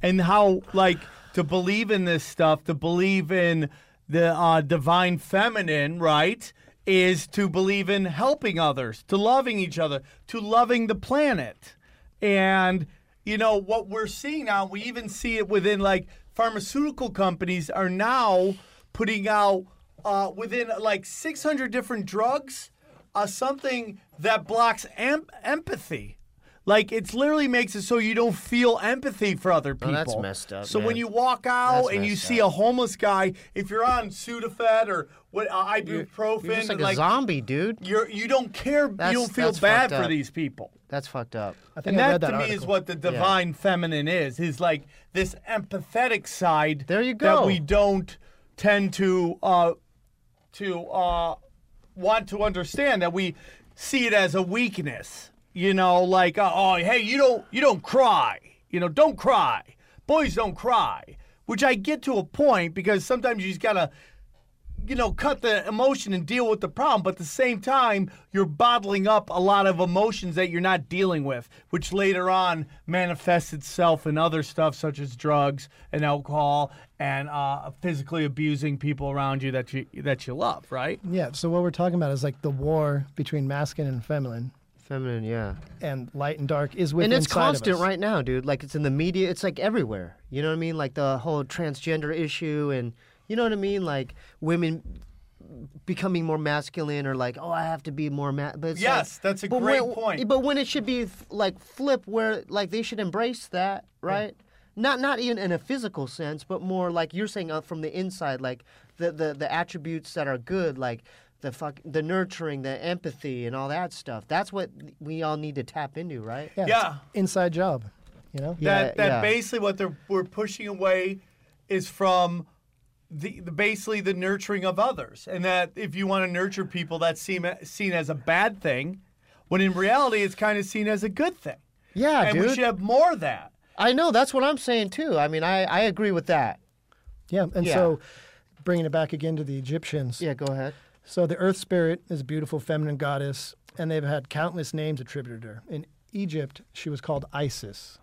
and how, like, to believe in this stuff, to believe in the uh, divine feminine, right, is to believe in helping others, to loving each other, to loving the planet. And, you know, what we're seeing now, we even see it within, like, pharmaceutical companies are now putting out uh, within, like, 600 different drugs uh, something that blocks am- empathy. Like it's literally makes it so you don't feel empathy for other people.
Oh, that's messed up,
So when
man.
you walk out
That's
and you
messed
see a homeless guy, if you're on Sudafed or what uh, ibuprofen,
You're just like
and,
a
like
zombie, dude.
you're you don't care,
That's-
you don't feel
that's
bad
fucked
for
up.
these people.
That's fucked up.
I think
And
I
that,
read that
to me is
article.
what the divine feminine is. Is like this empathetic side.
There you
That
go.
we don't tend to uh, to uh, want to understand. That we see it as a weakness. You know, like uh, oh hey, you don't you don't cry. You know, don't cry. Boys don't cry. Which I get to a point because sometimes you just gotta you know, cut the emotion and deal with the problem. But at the same time, you're bottling up a lot of emotions that you're not dealing with, which later on manifests itself in other stuff such as drugs and alcohol and uh, physically abusing people around you that you that you love, right?
Yeah. So what we're talking about is like the war between masculine and feminine,
Feminine, yeah.
and light and dark is within.
and it's
inside of
constant
us.
right now, dude. Like it's in the media, it's like everywhere. You know what I mean? Like the whole transgender issue, and you know what I mean? Like women becoming more masculine, or like, oh, I have to be more ma. But it's
Yes,
like-
that's a
but
great
when-
point.
But when it should be f- like flip, where like they should embrace that, right? Not not even in a physical sense, but more like you're saying uh, from the inside, like the, the the attributes that are good, like. The fuck, the nurturing, the empathy, and all that stuff. That's what we all need to tap into, right?
Yeah. it's
Yeah.
Inside job. You know.
that
Yeah,
that
yeah.
basically what they're we're pushing away is from the, the basically the nurturing of others, and that if you want to nurture people, that's seen seen as a bad thing, when in reality it's kind of seen as a good thing.
Yeah,
and we
dude.
should have more of that.
I know that's what I'm saying too. I mean, I, I agree with that.
Yeah. And
Yeah.
so, bringing it back again to the Egyptians.
Yeah, go ahead.
So the Earth Spirit is a beautiful feminine goddess, and they've had countless names attributed to her. In Egypt, she was called Isis.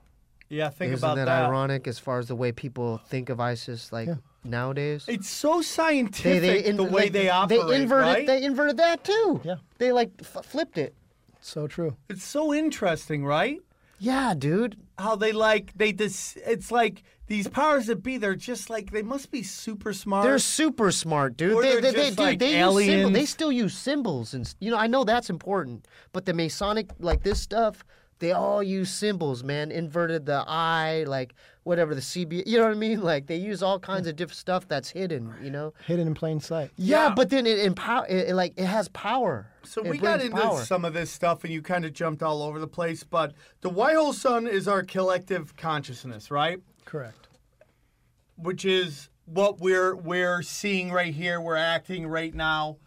Yeah, think
Isn't
about
that,
that.
ironic as far as the way people think of ISIS like nowadays?
It's so scientific
in-
the way
like,
they operate.
They inverted
right?
they inverted that too.
Yeah.
They like f- flipped it.
So true.
It's so interesting, right?
Yeah, dude.
how they like they dis- it's like these powers that be they're just like they must be super smart
They're super smart, dude.
Or
they
they're
they, they,
just,
dude,
like,
they use symbol, they
aliens.
still use symbols and s- you know, I know that's important, but the Masonic like this stuff, they all use symbols, man. Inverted the I, like whatever the CB, you know what I mean? [laughs] Like they use all kinds of different stuff that's hidden, you know?
Hidden in plain sight.
Yeah, but then it empower it, it, like it has power.
so
It
we got
brings
into
power.
some of this stuff and you kind of jumped all over the place but the white hole sun is our collective consciousness right
Correct.
which is what we're we're seeing right here, we're acting right now.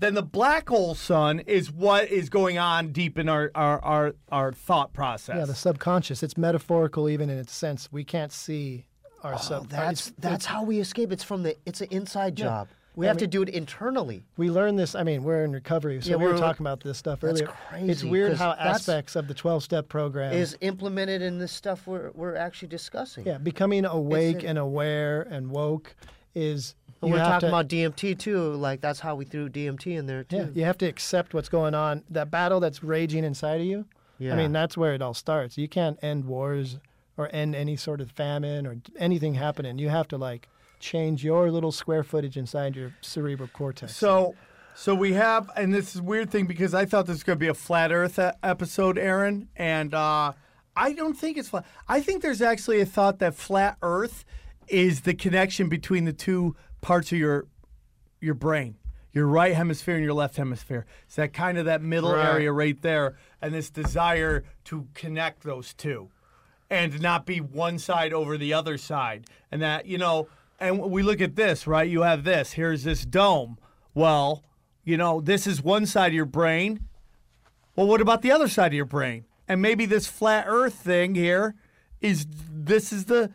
Then the black hole sun is what is going on deep in our our our, our thought process.
Yeah, the subconscious. It's metaphorical even in its sense. We can't see our
Oh,
sub.
that's
it's-
that's how we escape. It's from the it's an inside job. We
I
have to
mean-
do it internally.
we learned this. I mean, we're in recovery, so
Yeah,
we were
we're-
talking about this stuff
That's
earlier. It's
crazy,
weird
'cause
how
that's-
aspects of the twelve-step program
Is implemented in this stuff we're we're actually discussing.
yeah becoming awake
it-
and aware and woke is.
And
you
we're
have
talking
to-
about DMT too. Like that's how we threw DMT in there too.
Yeah, you have to accept what's going on. That battle that's raging inside of you.
Yeah.
I mean, that's where it all starts. You can't end wars or end any sort of famine or anything happening. You have to like change your little square footage inside your cerebral cortex.
So, so we have, and this is a weird thing because I thought this was going to be a flat Earth e- episode, Aaron, and uh, I don't think it's flat. I think there's actually a thought that flat Earth is the connection between the two parts of your your brain, your right hemisphere and your left hemisphere. It's that kind of that middle
Right.
area right there, and this desire to connect those two, and not be one side over the other side, and that you know. And we look at this, right? You have this. Here's this dome. Well, you know, this is one side of your brain. Well, what about the other side of your brain? And maybe this flat Earth thing here is this is the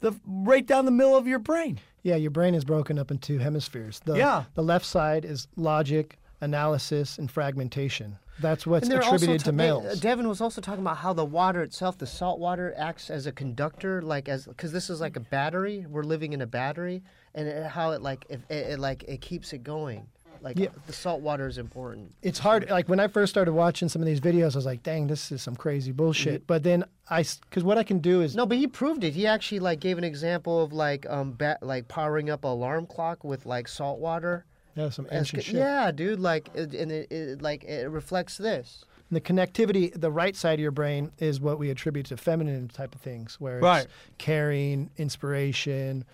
the right down the middle of your brain.
Yeah, your brain is broken up into hemispheres. The,
Yeah.
The left side is logic, analysis, and fragmentation. That's what's
And they're also
attributed
ta-
to
they- uh,
males.
Devin was also talking about how the water itself, the salt water, acts as a conductor, like as because this is like a battery. We're living in a battery, and it, how it like if, it, it like it keeps it going. Like the salt water is important.
it's hard. Like when I first started watching some of these videos, I was like, "Dang, this is some crazy bullshit." But then I, because what I can do is
Mm-hmm. No, but he proved it. He actually like gave an example of like um ba- like powering up an alarm clock with like salt water.
That was some
That's
ancient
good-
shit.
Yeah, dude. Like it, and it, it like it reflects this.
And the connectivity, the right side of your brain, is what we attribute to feminine type of things, where
Right.
it's caring, inspiration,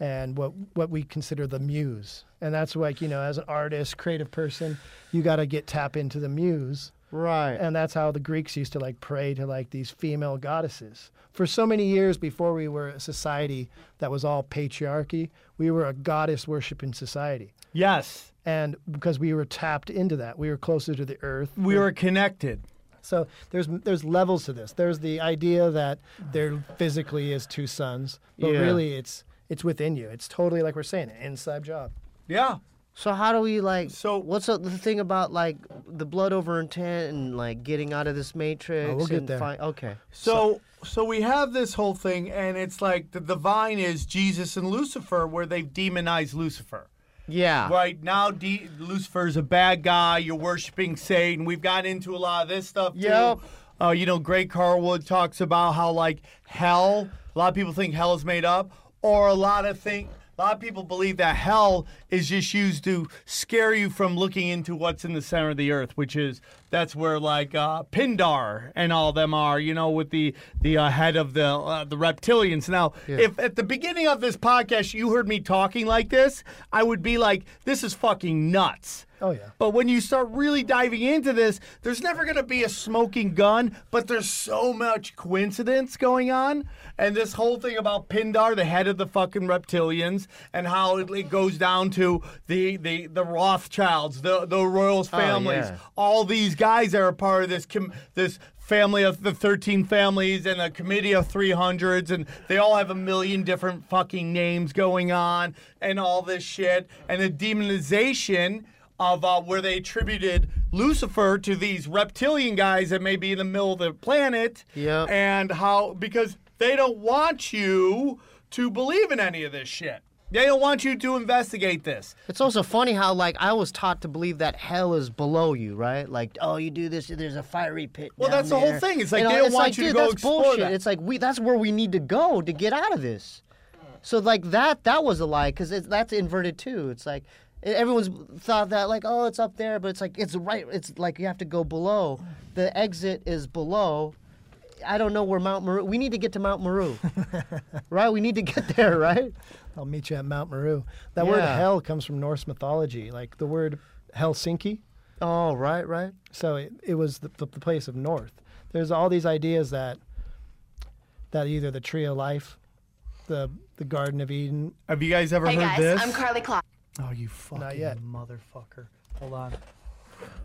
and what what we consider the muse. And that's like you know, as an artist, creative person, you got to get tap into the muse.
Right.
And that's how the Greeks used to like pray to like these female goddesses. For so many years before we were a society that was all patriarchy, we were a goddess worshiping society.
Yes,
And because we were tapped into that, we were closer to the earth.
Mm.
we were connected.
So there's there's levels to this. There's the idea that there physically is two suns, but
Yeah.
really it's it's within you. It's totally like we're saying, an inside job.
Yeah.
So how do we like?
So-
So what's the, the thing about like the blood over intent and like getting out of this matrix?
Oh, we'll get
and
there.
Fi- okay.
So, so we have this whole thing, and it's like the divine is Jesus and Lucifer, where they've demonized Lucifer.
Yeah.
Right now, de- Lucifer's a bad guy. You're worshiping Satan. We've got into a lot of this stuff
Yep.
too. Uh, you know, Greg Carwood talks about how like hell. A lot of people think hell is made up, or a lot of think. A lot of people believe that hell is just used to scare you from looking into what's in the center of the earth, which is that's where like uh, Pindar and all them are, you know, with the the uh, head of the uh, the reptilians. Now, if at the beginning of this podcast you heard me talking like this, I would be like, "This is fucking nuts."
Oh, yeah.
But when you start really diving into this, there's never going to be a smoking gun, but there's so much coincidence going on. And this whole thing about Pindar, the head of the fucking reptilians, and how it, it goes down to the, the, the Rothschilds, the, the royals families,
yeah.
all these guys that are part of this com- this family of the 13 families and a committee of 300s and they all have a million different fucking names going on and all this shit and the demonization of uh, where they attributed Lucifer to these reptilian guys that may be in the middle of the planet
Yep.
and how because they don't want you to believe in any of this shit they don't want you to investigate this
It's also funny how like I was taught to believe that hell is below you, right? Like, oh, you do this, there's a fiery pit.
Well,
down
that's the whole
there.
thing. It's like
And
they
all-
don't
it's
want
like,
you to
dude,
go
that's
explore
bullshit.
that.
It's like we that's where we need to go to get out of this. So like that that was a lie because that's inverted too. It's like e- everyone's thought that like oh it's up there, but it's like it's right. It's like you have to go below. The exit is below. I don't know where Mount Meru. We need to get to Mount
[laughs]
Meru, right? We need to get there, right?
I'll meet you at Mount Meru. That word
Yeah.
hell comes from Norse mythology, like the word Helsinki.
Oh, right, right.
So it, it was the, the place of north. There's all these ideas that that either the tree of life, the the Garden of Eden,
have you guys ever
Hey
heard
guys,
this
I'm Carly Clark.
Oh, you fucking
yet.
motherfucker. Hold on.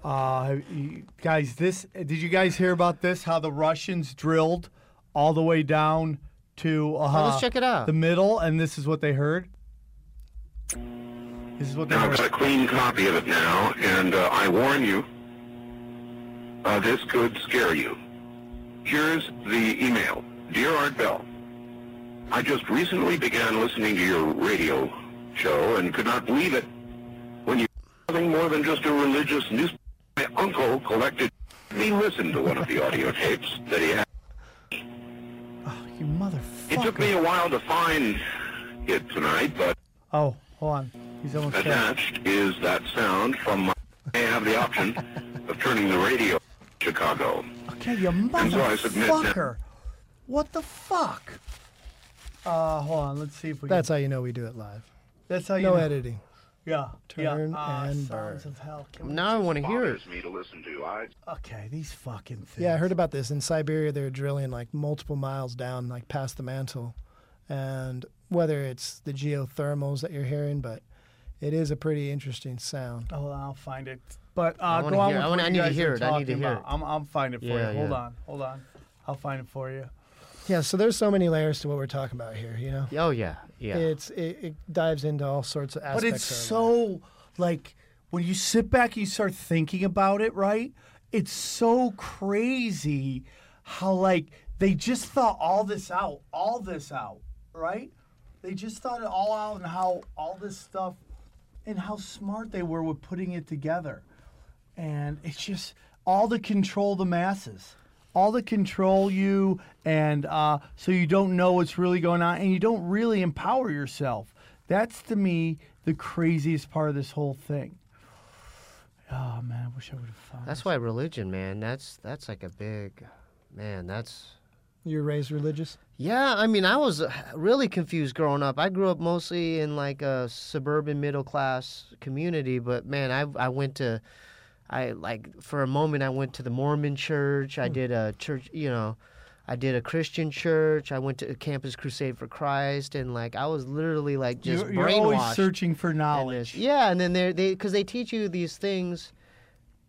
Uh, you- guys, this did you guys hear about this? How the Russians drilled all the way down to uh,
check it out.
the middle, and this is what they heard. This is what they
I've got
heard.
a clean copy of it now, and uh, I warn you, uh, this could scare you. Here's the email. Dear Art Bell, I just recently began listening to your radio show and could not believe it. When you nothing more than just a religious news, my uncle collected me listen to one of the audio tapes that he had.
You
It took
motherfucker.
me a while to find it tonight, but
Oh, hold on. He's [laughs] almost there.
Attached is that sound from my. I have the option of turning the radio to Chicago.
Okay, you
so I submit that-
motherfucker. What the fuck? Uh, hold on. Let's see if we.
that's how you know we do it live.
can, that's how you.
No
know.
editing.
Yeah.
Turn
yeah. Ah,
and
sons
burn.
of hell. Can we-
Now I want to hear it.
Bothers me to listen to. I
Okay, these fucking things.
Yeah, I heard about this in Siberia. They're drilling like multiple miles down, like past the mantle, and whether it's the geothermals that you're hearing, but it is a pretty interesting sound.
Hold on, Oh, I'll find it. But uh,
I wanna
go on
hear-
with
I
what
wanna- I
you
need to
guys
hear
are
it, I need to
talking
hear
about.
it.
I'm, I'm find it for
Yeah,
you. Hold
yeah.
on, hold on. I'll find it for you.
Yeah, so there's so many layers to what we're talking about here. You know,
Oh yeah, yeah.
it's it, it dives into all sorts of aspects.
But it's
of our life.
so like when you sit back and you start thinking about it, right? It's so crazy how like they just thought all this out, all this out, right? They just thought it all out and how all this stuff and how smart they were with putting it together. And it's just all to control the masses, all to control you, and uh, so you don't know what's really going on and you don't really empower yourself. That's to me the craziest part of this whole thing. Oh man, I wish I would have thought.
That's why religion, man. That's that's like a big, man. That's
You were raised religious?
yeah. I mean, I was uh, really confused growing up. I grew up mostly in like a suburban middle class community, but man, I I went to, I like for a moment I went to the Mormon church.
Hmm.
I did a church, you know. I did a Christian church. I went to Campus Crusade for Christ, and like I was literally like just
You're, you're
brainwashed.
always searching for
and
knowledge.
this- Yeah, and then they're, they because they teach you these things,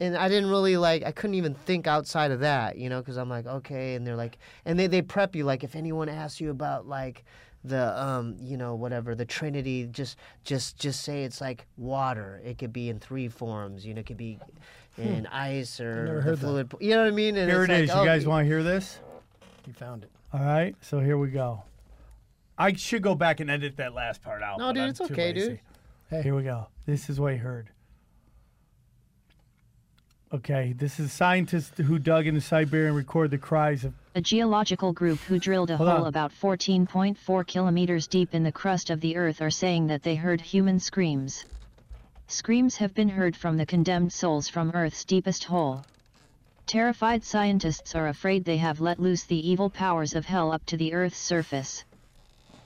and I didn't really like. I couldn't even think outside of that, you know, because I'm like, okay, and they're like, and they they prep you like if anyone asks you about like the um you know whatever the trinity just just just say it's like water it could be in three forms you know it could be
Hmm.
in ice or the
heard that.
fluid you know what i mean and
Here
it's
it
like,
is.
oh,
you guys want to hear this?
You found it.
All right, so here we go. I should go back and edit that last part out.
No,
but
dude,
I'm
it's
too
okay, dude.
lazy. Here we go. This is what he heard. Okay, this is a scientist who dug into Siberia and recorded the cries of.
A geological group who drilled a
Hold
hole
on.
about 14.4 kilometers deep in the crust of the earth are saying that they heard human screams. Screams have been heard from the condemned souls from Earth's deepest hole. Terrified scientists are afraid they have let loose the evil powers of hell up to the Earth's surface.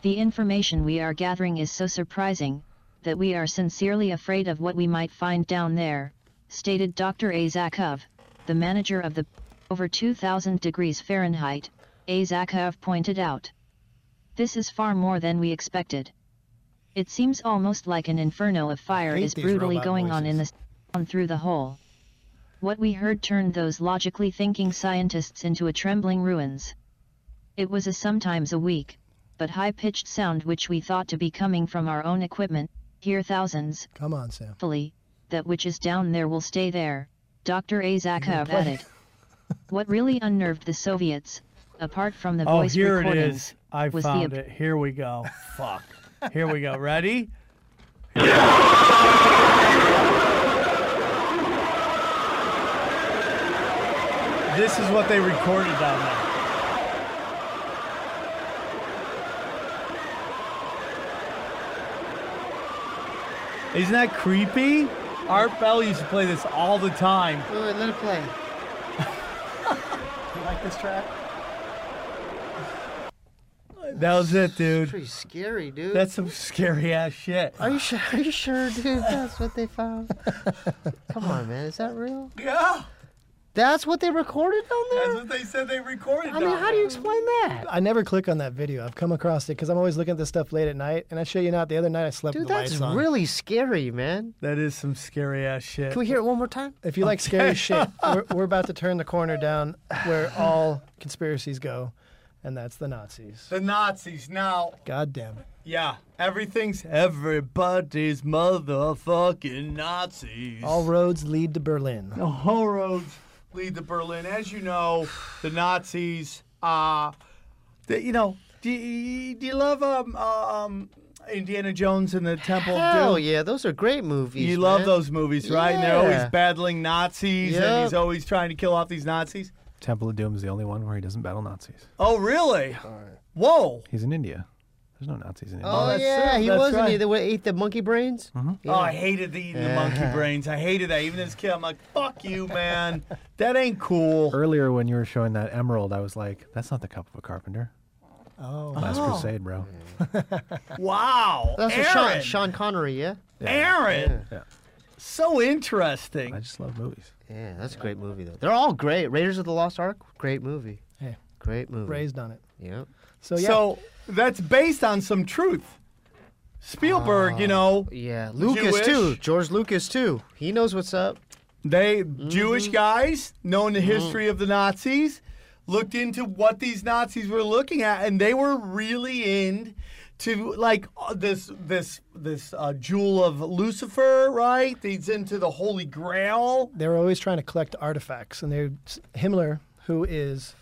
The information we are gathering is so surprising that we are sincerely afraid of what we might find down there, stated Dr. Azakov, the manager of the over 2000 degrees Fahrenheit, Azakov pointed out. This is far more than we expected. It seems almost like an inferno of fire
hate
is
these
brutally
robot
going on in the
voices.
sound through the hole. What we heard turned those logically thinking scientists into a trembling ruins. It was a sometimes a weak, but high pitched sound which we thought to be coming from our own equipment, here thousands,
Come on, Sam.
hopefully, that which is down there will stay there, Dr. Azakov added. what really unnerved the Soviets, apart from the
Oh,
voice
here it
recordings,
is. I
was
found
the
it. Here we go. Fuck. Here we
[laughs]
go. Ready? this is what they recorded down there. Isn't that creepy? Art Bell used to play this all the time.
wait, wait, let it play
You like this track?
That was it, dude.
pretty scary dude
That's some scary ass shit.
are you sure are you sure dude that's what they
[laughs]
found come on man is that real
Yeah.
that's what they recorded down there
That's what they said they recorded.
I mean, how do you explain that?
I never click on that video. I've come across it because I'm always looking at this stuff late at night. And I show you not the other night I slept
Dude,
with the
that's
lights on.
really scary, man.
That is some scary ass shit.
Can we hear it one more time?
If you like
[laughs]
scary shit, we're, we're about to turn the corner down where all conspiracies go, and that's the Nazis.
the Nazis now.
God damn it.
Yeah, everything's everybody's motherfucking Nazis.
All roads lead to Berlin.
All roads lead to Berlin. As you know, the Nazis. Uh, the, you know, do you, do you love um, um, Indiana Jones and the Temple of
Hell
Doom?
yeah, those are great movies.
You love
man.
those movies, right? And they're always
Yeah.
battling Nazis, and
Yep.
he's always trying to kill off these Nazis.
Temple of Doom is the only one where he doesn't battle Nazis.
Oh, really? Whoa.
He's in India. There's no Nazis in India.
Oh,
that's
yeah,
true,
he
that's
wasn't.
right.
He that ate the monkey brains.
Oh, I hated the eating the monkey brains. I hated that. Even as a kid, I'm like, fuck you, man. That ain't
Er.
cool.
Earlier, when you were showing that emerald, I was like, "That's not the cup of a carpenter."
Oh.
Last Crusade, bro.
Wow.
That's what
Aaron.
Sean, Sean Connery, yeah.
Aaron.
Yeah.
So interesting.
I just love movies.
Yeah, that's a great movie though. They're all great. Raiders of the Lost Ark, great movie.
Hey.
Great movie.
Raised on it.
Yep.
Oh,
So, yeah.
So that's based on some truth. Spielberg,
Ah,
you know,
Yeah, Lucas too.
Jewish?
George Lucas too. He knows what's up.
they
Mm-hmm.
Jewish guys knowing the history of the Nazis looked into what these Nazis were looking at, and they were really in to like uh, this this this uh, jewel of Lucifer, right? He's into the Holy Grail.
they were always trying to collect artifacts. And they Himmler, who is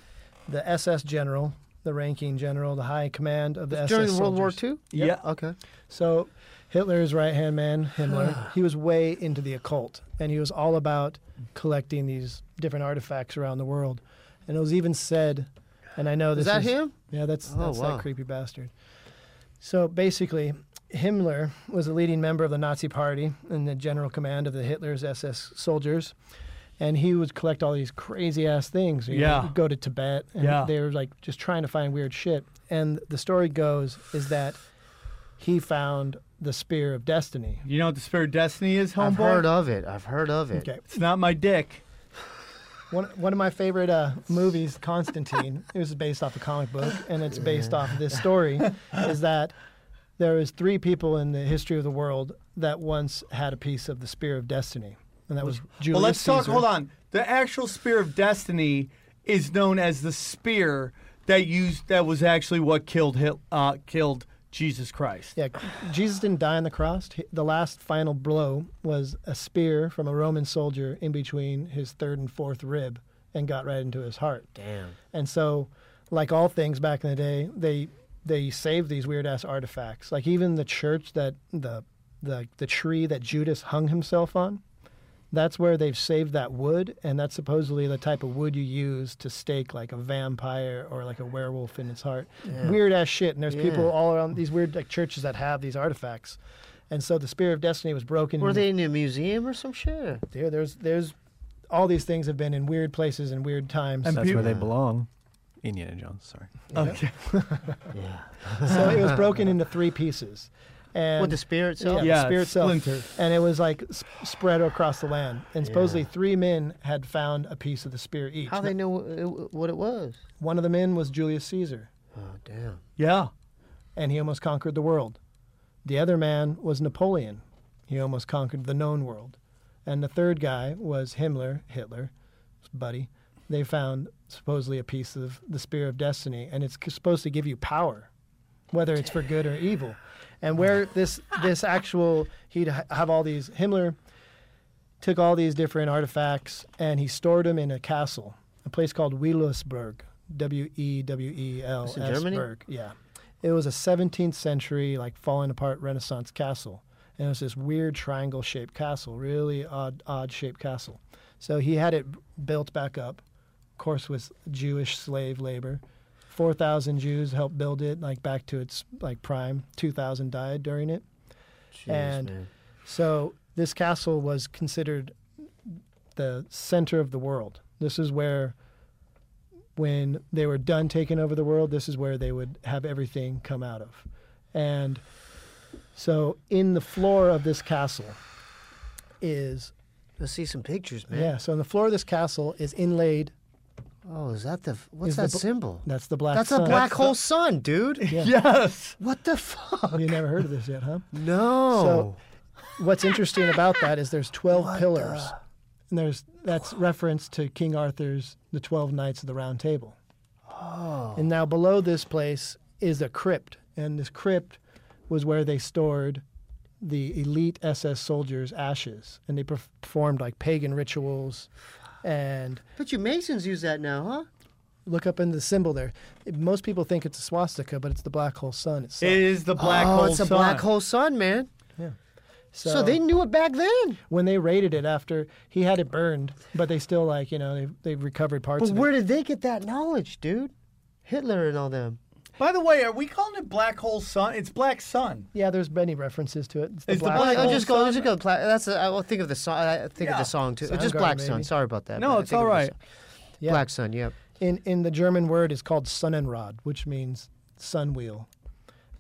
the SS general, the ranking general, the high command of the SS
During World War
soldiers.
II.
Yeah.
Okay.
So Hitler's right hand man,
[sighs]
Himmler, he was way into the occult and he was all about collecting these different artifacts around the world. And it was even said, and I know this
Is that
is-
him?
Yeah, that's,
Oh,
that's
wow.
that creepy bastard. So basically, Himmler was a leading member of the Nazi Party and the general command of the Hitler's SS soldiers. And he would collect all these crazy ass things. you know,
Yeah.
go to Tibet. And
Yeah.
They were like just trying to find weird shit. And the story goes is that he found the Spear of Destiny.
You know what the Spear of Destiny is, homeboy?
I've heard
of it. I've heard of it.
Okay.
It's not my dick.
One, one of my favorite uh, movies,
[laughs]
Constantine, it was based off a comic book, and it's based off of this story, is that there was three people in the history of the world that once had a piece of the Spear of Destiny, and that was Julius
well, let's talk.
Caesar.
Hold on. The actual Spear of Destiny is known as the spear that used that was actually what killed Hit, uh, killed Jesus Christ.
Yeah, Jesus didn't die on the cross. He- The last final blow was a spear from a Roman soldier in between his third and fourth rib and got right into his heart.
Damn.
And so, like all things back in the day, they they saved these weird ass artifacts. Like even the church that the the the tree that Judas hung himself on, that's where they've saved that wood, and that's supposedly the type of wood you use to stake like a vampire or like a werewolf in its heart.
Yeah.
Weird ass shit. And there's people
Yeah.
all around these weird like churches that have these artifacts. And so the spear of destiny was broken.
Were they in a museum or some shit?
There, there's there's all these things have been in weird places and weird times.
that's where they belong. Indiana Jones. Sorry.
Okay. so it
[laughs]
was broken into three pieces. And
With the spear itself?
Yeah,
Yeah,
the spear
it's
itself.
splintered.
And it was like s- spread across the land. And
Yeah.
supposedly three men had found a piece of the spear each.
How they know it, what it was?
One of the men was Julius Caesar.
Oh damn.
[laughs]
Yeah.
And he almost conquered the world. The other man was Napoleon. He almost conquered the known world. And the third guy was Himmler, Hitler, his buddy. They found supposedly a piece of the spear of destiny, and it's c- supposed to give you power, whether it's for good or evil. And where this this actual he'd ha- have all these Himmler took all these different artifacts and he stored them in a castle, a place called Wielusburg, W E W E L
It's
S
in Germany?
Berg. Yeah, it was a 17th century like falling apart Renaissance castle, and it was this weird triangle shaped castle, really odd odd shaped castle. So he had it b- built back up, of course with Jewish slave labor. Four thousand Jews helped build it, like back to its like prime. Two thousand died during it
Jeez,
and
man.
so this castle was considered the center of the world. This is where, when they were done taking over the world, this is where they would have everything come out of. And so, in the floor of this castle is
Let's see some pictures, man.
yeah. So, on the floor of this castle is inlaid.
Oh, is that the what's
is
that
the bl-
symbol?
That's the black.
That's a
sun.
black hole sun, dude.
Yeah.
Yes.
[laughs] What the fuck?
You never heard of this yet, huh?
No.
So, what's interesting about that is there's 12 pillars. And there's that's reference to King Arthur's The 12 Knights of the Round Table.
oh.
And now below this place is a crypt, and this crypt was where they stored the elite SS soldiers' ashes, and they perf- performed like pagan rituals. And
But you Masons use that now, huh?
look up in the symbol there. Most people think it's a swastika, but it's the black hole sun itself.
It is the black
oh,
hole.
it's a
sun.
black hole sun, man. So,
So-
they knew it back then.
when they raided it after he had it burned, but they still like you know they they recovered parts.
But
of
where
it.
did they get that knowledge, dude? Hitler and all them.
By the way, are we calling it black hole sun? It's black sun.
Yeah, there's many references to it. It's the
It's the
black.
black-
I'll
hole
Oh, just go. I'll
sun.
just go. Pla- that's. A, I will think of the song. I think of
Yeah.
the song too. just
Soundgarden,
Black
maybe.
Sun. Sorry about that. man.
No,
I
it's
think
all
of the
right.
song.
Yeah.
Black Sun. Yep.
in in the German word is called Sonnenrad, which means sun wheel.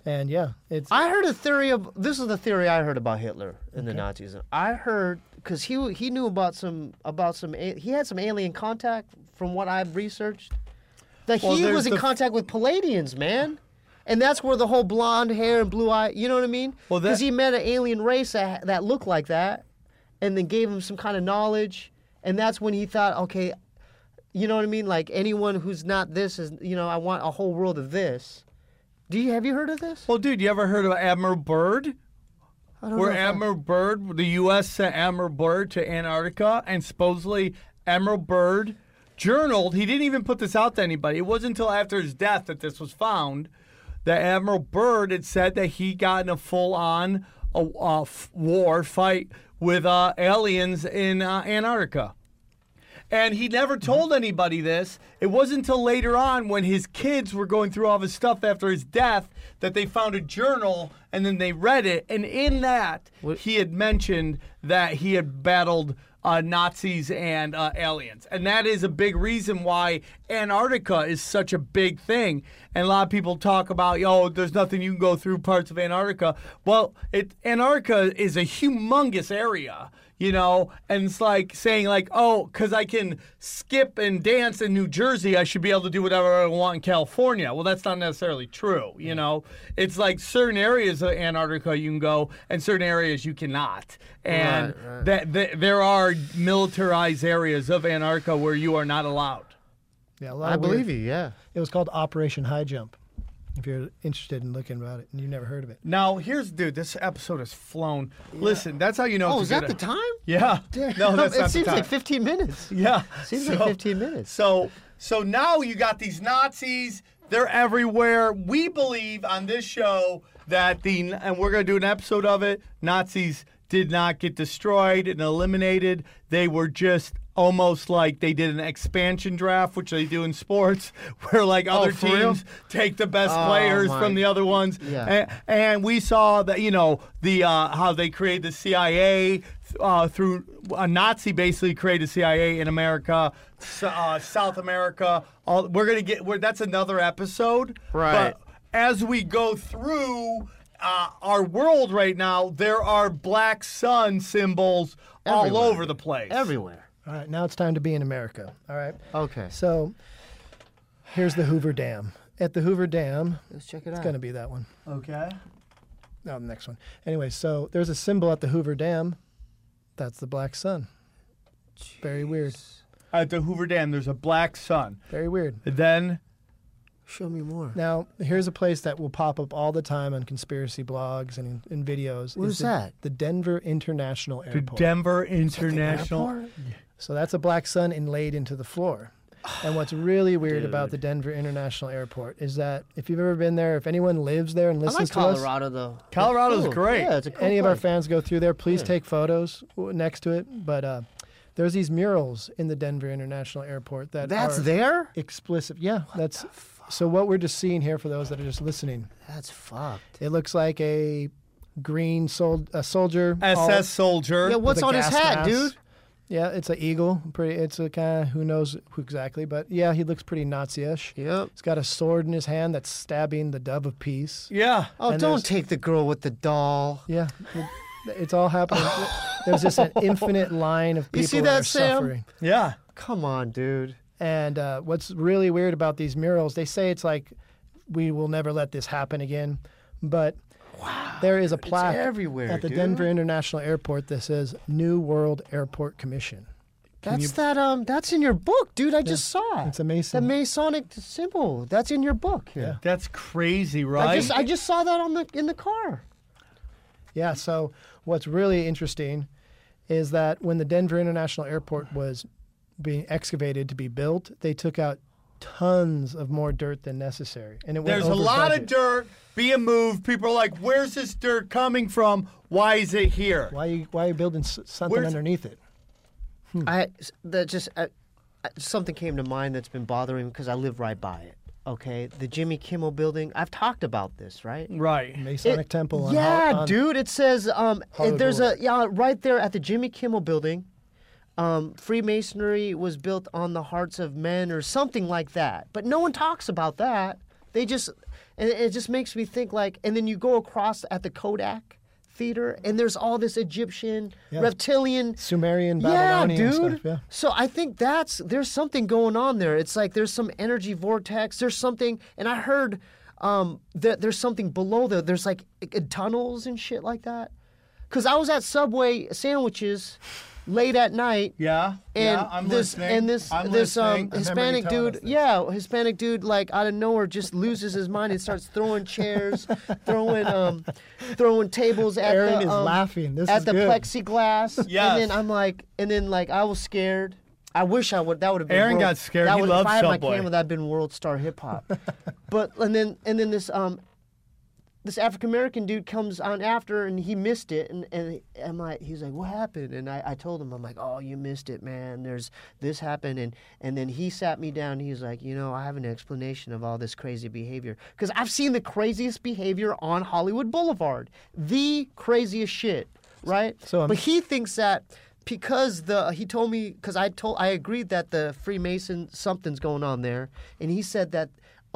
And yeah, it's
I heard a theory of this is the theory I heard about Hitler and the Nazis. I heard because he w- he knew about some about some a- he had some alien contact from what I've researched. That
Well,
he
there's
was in
the-
contact with Palladians, man, and that's where the whole blonde hair and blue eye. You know what I mean?
Well, that-
because he met an alien race that, that looked like that, and then gave him some kind of knowledge, and that's when he thought, okay, you know what I mean? Like anyone who's not this is, you know, I want a whole world of this. Do you have you heard of this?
Well, dude, you ever heard of Admiral Byrd?
I don't
Where
know if I-
Admiral Byrd, the U.S. sent Admiral Byrd to Antarctica, and supposedly Admiral Byrd journaled. He didn't even put this out to anybody. It wasn't until after his death that this was found. That Admiral Byrd had said that he got in a full-on uh, uh, f- war fight with uh, aliens in uh, Antarctica. And he never told anybody this. It wasn't until later on when his kids were going through all of his stuff after his death that they found a journal and then they read it. And in that, he had mentioned that he had battled uh, Nazis and uh, aliens. And that is a big reason why Antarctica is such a big thing. And a lot of people talk about, yo, there's nothing you can go through parts of Antarctica. Well, it, Antarctica is a humongous area. You know, and it's like saying like, oh, because I can skip and dance in New Jersey, I should be able to do whatever I want in California. Well, that's not necessarily true. You know, it's like certain areas of Antarctica you can go, and certain areas you cannot. And
Right, right.
that, that there are militarized areas of Antarctica where you are not allowed.
Yeah, a lot
I
of weird-
believe you, yeah.
It was called Operation High Jump. If you're interested in looking about it, and you never heard of it.
Now, here's, dude, this episode has flown. Listen, that's how you know.
Oh, is
it's a
that
good-
the time?
Yeah.
Damn. [laughs]
[laughs] No, that's
it
not the
seems like
time.
15 minutes.
Yeah.
[laughs] Seems like 15 minutes.
So so now you got these Nazis, they're everywhere. We believe on this show that the and we're going to do an episode of it, Nazis did not get destroyed and eliminated. They were just almost like they did an expansion draft, which they do in sports, [laughs] where like other
Oh, for real?
teams take the best
Oh,
players
my
from the other ones.
Yeah.
And, and we saw that you know the uh, how they created the CIA uh, through a Nazi basically created CIA in America, so- uh, South America. All we're gonna get we're, that's another episode.
Right.
But as we go through. Uh, our world right now, there are black sun symbols all
Everywhere.
over the place.
Everywhere.
All right, now it's time to be in America. All right.
Okay.
So here's the Hoover Dam. At the Hoover Dam,
Let's check it
it's
out.
going to be that one.
Okay.
No, the next one. Anyway, so there's a symbol at the Hoover Dam. That's the black sun. Very weird.
At the Hoover Dam, there's a black sun.
Very weird.
Then
Show me more.
Now, here's a place that will pop up all the time on conspiracy blogs and in, in videos.
Where's
is the-
that?
The Denver International
to
Airport.
Denver International.
so that's a black sun inlaid into the floor. And what's really weird about the Denver International Airport is that if you've ever been there, if anyone lives there and
I like
listens to us,
Colorado though.
Colorado's
Cool.
great.
Yeah, it's a cool
any of our
place.
fans go through there, please take photos w- next to it. But uh, there's these murals in the Denver International Airport that
That's
are
there.
explicit. Yeah, that's so. What we're just seeing here for those that are just listening,
That's fucked.
it looks like a green sol- a soldier. all-
SS soldier.
Yeah, what's
with a
on his
gas
hat,
mask.
dude?
Yeah, it's an eagle. Pretty. It's a kind of who knows who exactly, but yeah, he looks pretty Nazi-ish.
Yep.
He's got a sword in his hand that's stabbing the dove of peace.
Yeah.
Oh,
And
don't
there's-
take the girl with the doll.
Yeah, well, it's
[laughs]
all happening. There's just an infinite line of people
You see
that,
that,
are
Sam?
suffering.
Yeah.
Come on, dude.
And uh, what's really weird about these murals, they say it's like, we will never let this happen again. But there is a plaque
everywhere,
at the
dude.
Denver International Airport that says New World Airport Commission.
That's that um. That's in your book, dude. I just saw. it.
It's a Mason.
The Masonic symbol. That's in your book. Yeah.
That's crazy, right?
I just I just saw that on the in the car.
Yeah, so what's really interesting is that when the Denver International Airport was being excavated to be built, they took out tons of more dirt than necessary. And it went
There's a
over
lot of
budget.
dirt being moved. People are like, where's this dirt coming from? Why is it here?
Why you why are you building s- something
Where's-
underneath it?
I that just I, I, something came to mind that's been bothering me because I live right by it. Okay, the Jimmy Kimmel Building. I've talked about this, right?
Right.
Masonic
It-
temple on
yeah,
Hol- on-
dude. It says um, it,
Hollywood
there's a
Boulevard.
yeah right there at the Jimmy Kimmel Building. Um, Freemasonry was built on the hearts of men, or something like that. But no one talks about that. They just, and it just makes me think like. And then you go across at the Kodak Theater, and there's all this Egyptian, reptilian,
Sumerian,
yeah,
Babylonian
dude.
stuff, yeah.
So I think that's there's something going on there. It's like there's some energy vortex. There's something, and I heard um, that there's something below there. There's like i- tunnels and shit like that. Cause I was at Subway sandwiches late at night.
Yeah.
And
yeah, I'm
this
listening.
and this
I'm
this um,
listening.
Hispanic dude, yeah, Hispanic dude, like out of nowhere, just loses his mind and starts throwing
[laughs]
chairs, throwing um, throwing tables at
Aaron
the
is
um,
laughing. This
at
is
the
good.
plexiglass.
Yes.
And then I'm like, and then like I was scared. I wish I would. That would have been.
Aaron
world-
got scared.
That
He
would, if
loves
I had
Subway. [laughs]
my camera, that'd been world star hip hop. but and then and then this um, this African American dude comes on after and he missed it and, and I'm like he's like what happened and I, I told him I'm like oh you missed it man there's this happened and and then he sat me down and he's like you know I have an explanation of all this crazy behavior because I've seen the craziest behavior on Hollywood Boulevard the craziest shit right so but he thinks that because the he told me because I told I agreed that the Freemason something's going on there and he said that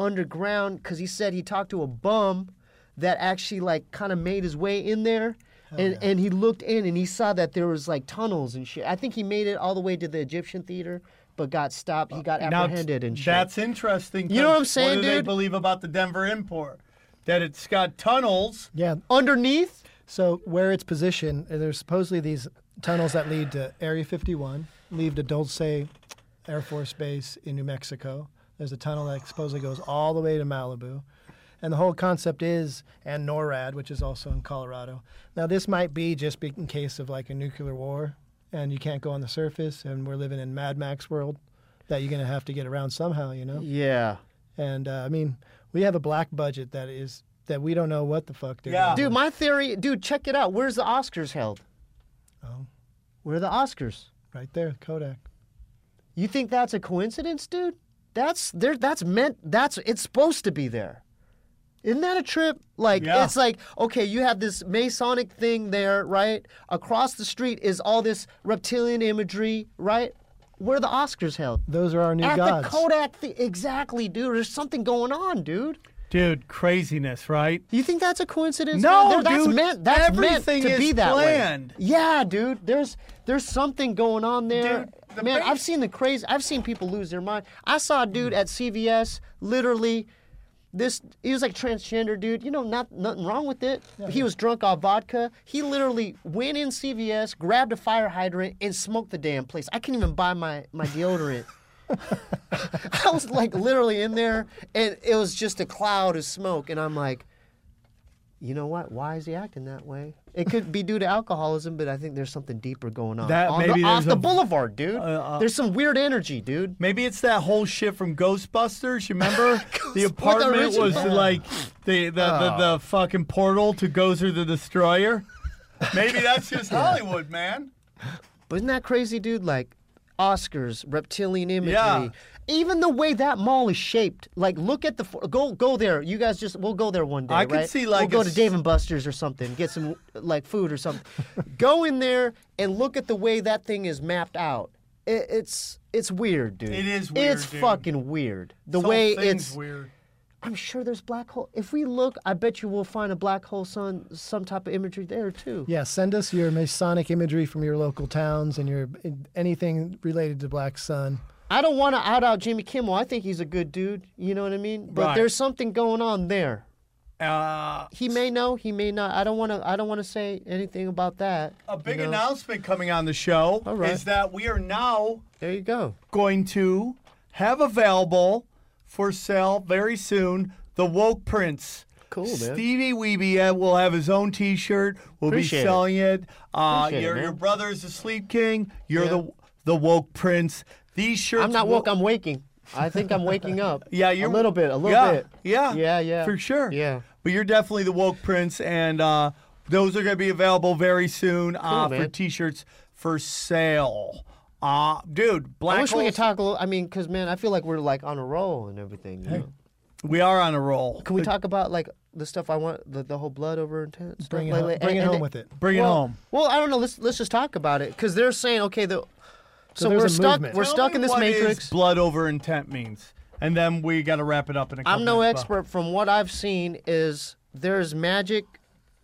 underground because he said he talked to a bum that actually like kind of made his way in there. and, and he looked in and he saw that there was like tunnels and shit. I think he made it all the way to the Egyptian theater, but got stopped. He got
Uh, Now,
apprehended and shit.
That's interesting.
You know what I'm
'cause
saying,
What do they
dude?
believe about the Denver import? That it's got tunnels.
Yeah.
Underneath?
So where it's positioned, uh, there's supposedly these tunnels that lead to Area 51, lead to Dulce Air Force Base in New Mexico. There's a tunnel that supposedly goes all the way to Malibu. And the whole concept is, and NORAD, which is also in Colorado. Now, this might be just be in case of like a nuclear war and you can't go on the surface, and we're living in Mad Max world that you're going to have to get around somehow, you know?
Yeah.
And uh, I mean, we have a black budget that is that we don't know what the fuck they're doing.
Dude, my theory, dude, check it out. Where's the Oscars held?
Oh.
Where are the Oscars?
Right there, Kodak.
You think that's a coincidence, dude? That's there that's meant that's it's supposed to be there. Isn't that a trip? Like it's like okay, you have this Masonic thing there, right? Across the street is all this reptilian imagery, right? Where are the Oscars held?
Those are our new
At
gods.
the Kodak, thi- exactly, dude. There's something going on, dude.
Dude, craziness, right?
You think that's a coincidence?
No,
man? There- that's
dude.
meant. That's
Everything
meant to
is
be that
planned.
way. Yeah, dude. There's there's something going on there. man, I've seen the crazy. I've seen people lose their mind. I saw a
Mm.
dude at CVS, literally. This he was like transgender dude. You know, not nothing wrong with it. he was drunk off vodka. He literally went in CVS, grabbed a fire hydrant, and smoked the damn place. I couldn't even buy my my deodorant. [laughs] I was like literally in there, and it was just a cloud of smoke. And I'm like, you know what? Why is he acting that way? It could be due to alcoholism, but I think there's something deeper going on.
That
on
maybe
the, off
there's
the
a-
boulevard, dude.
Uh, uh,
there's some weird energy, dude.
Maybe it's that whole shit from Ghostbusters.
[laughs]
You remember the apartment was
original. Oh.
like the the, the the fucking portal to Gozer the Destroyer.
[laughs]
Maybe that's just Hollywood, man.
But isn't that crazy, dude? Like Oscars, reptilian imagery.
Yeah.
Even the way that mall is shaped. Like, look at the fo- go go there. You guys just we'll go there one day.
I could
right?
see, like,
we'll go
a
to
s-
Dave and Buster's or something, get some like food or
[laughs]
something. go in there and look at the way that thing is mapped out. It, it's it's weird, dude.
It is weird,
It's
dude.
fucking weird. The
This whole
way
thing's
it's
weird.
I'm sure there's black hole. If we look, I bet you we'll find a black hole sun, some type of imagery there too.
Yeah, send us your Masonic imagery from your local towns and your anything related to Black Sun.
I don't want to out out Jimmy Kimmel. I think he's a good dude. You know what I mean? But
Right.
there's something going on there.
Uh,
He may know. He may not. I don't want to. I don't want to say anything about that.
a big
you know?
announcement coming on the show
right.
is that we are now
There you go.
going to have available for sale very soon the Woke Prince.
Cool, man.
Stevie Weeby uh, will have his own T-shirt. We'll
Appreciate
be
it.
selling it. Uh,
Appreciate it,
your
man.
your brother is the Sleep King. You're the the Woke Prince. These shirts.
I'm not
will-
woke. I'm waking. I think I'm waking up.
[laughs] Yeah, you're
a little bit. A little
yeah,
bit.
Yeah,
Yeah. Yeah.
for sure.
Yeah.
but you're definitely the woke prince, and uh, those are going to be available very soon uh, for
man.
t-shirts for sale. Uh, dude, black
I wish we
holes-
could talk a little. I mean, because man, I feel like we're like on a roll and everything. You know?
we are on a roll.
Can we
Uh,
talk about like the stuff I want, the, the whole blood over intent?
Bring it
like,
home-
like-
bring it
and-
home
and-
with it.
Bring it
well-
home.
Well, I don't know. Let's let's just talk about it because they're saying okay, the so,
there's
we're
a
stuck.
movement.
We're
Tell
stuck
me
in this
what is
matrix.
blood over intent means, and then we got to wrap it up in a couple
I'm no
minutes, Bob.
expert. From what I've seen, is there's magic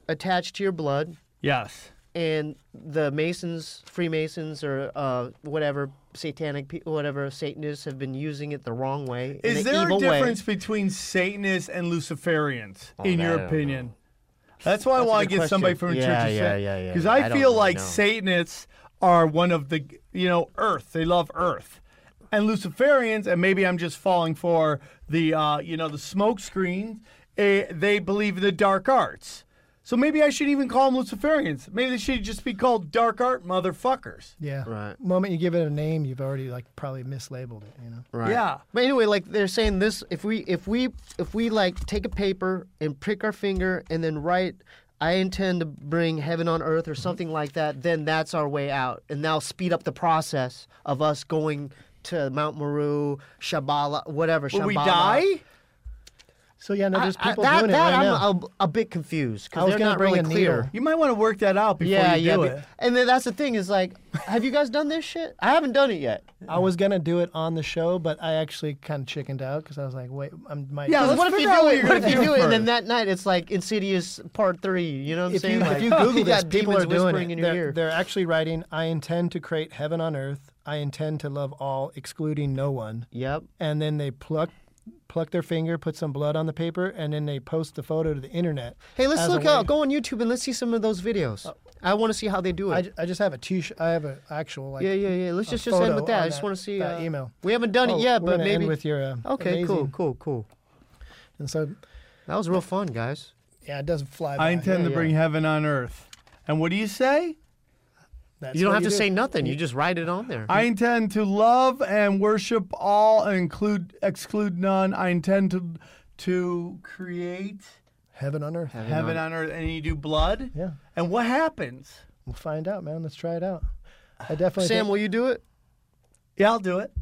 attached to your blood,
Yes.
and the Masons, Freemasons, or uh, whatever satanic people, whatever Satanists have been using it the wrong way. in
Is
an
there a
evil way. Oh,
difference between Satanists and Luciferians, in
that I
your
don't
opinion? That's why
That's a
I want
good
to get somebody
question.
from the
Yeah,
church.
yeah, yeah, yeah,
Because
yeah.
I,
I don't
feel
really
like
know.
Satanists are one of the, you know, Earth. They love Earth. And Luciferians, and maybe I'm just falling for the, uh, you know, the smoke screen, eh, they believe in the dark arts. So maybe I should even call them Luciferians. Maybe they should just be called dark art motherfuckers.
Yeah. Right. Moment you give it a name, you've already like probably mislabeled it. You know.
Yeah.
But anyway, like they're saying this if we if we if we like take a paper and prick our finger and then write I intend to bring heaven on earth or something like that, then that's our way out. And that'll speed up the process of us going to Mount Meru, Shabala, whatever.
Will we
Shambhala.
die?
So yeah, no, there's
I-
people
that,
doing
that
it right
I'm
now.
A, a bit confused
I
because
was
they're
gonna
not
bring
really
a
clear.
needle.
You might want to work that out before
yeah,
you
yeah.
do
be-
it.
And then that's the thing is like, have you guys done this shit? I haven't done it yet.
I was gonna do it on the show, but I actually kind of chickened out because I was like, wait, I might.
Yeah, let's
what if you
figure out
do
what
it?
you're
What
gonna
if you
do
do it? And then
first.
that night, it's like Insidious Part Three. You know what I'm
if
saying?
you,
like, [laughs]
if you Google
you
this,
got
people
demons
are doing
whispering
it.
in your
they're,
ear.
they're actually writing, "I intend to create heaven on earth. I intend to love all, excluding no one."
Yep.
And then they pluck, pluck their finger, put some blood on the paper, and then they post the photo to the internet.
Hey, let's
as a
look
way-
out. Go on YouTube and let's see some of those videos. Oh. I want to see how they do it.
I, ju- I just have a t-shirt. I have an actual like.
yeah, yeah, yeah. Let's
a
just, just end
photo
with that.
on
I just want to see
that
uh,
email.
We haven't done
Oh,
it yet,
we're
but
gonna end
maybe
with your, uh,
okay, cool,
amazing-
cool, cool.
And so,
That was real fun, guys.
yeah, it doesn't fly. By.
I
Yeah,
intend to
yeah.
bring heaven on earth. And what do you say?
That's
You don't have
what
to
do.
say nothing. You just write it on there.
I intend to love and worship all and include exclude none. I intend to to create
heaven on earth.
heaven on earth. And you do blood?
Yeah,
And what happens?
we'll find out, man. Let's try it out. I definitely.
Sam,
think-
will you do it?
Yeah, I'll do it.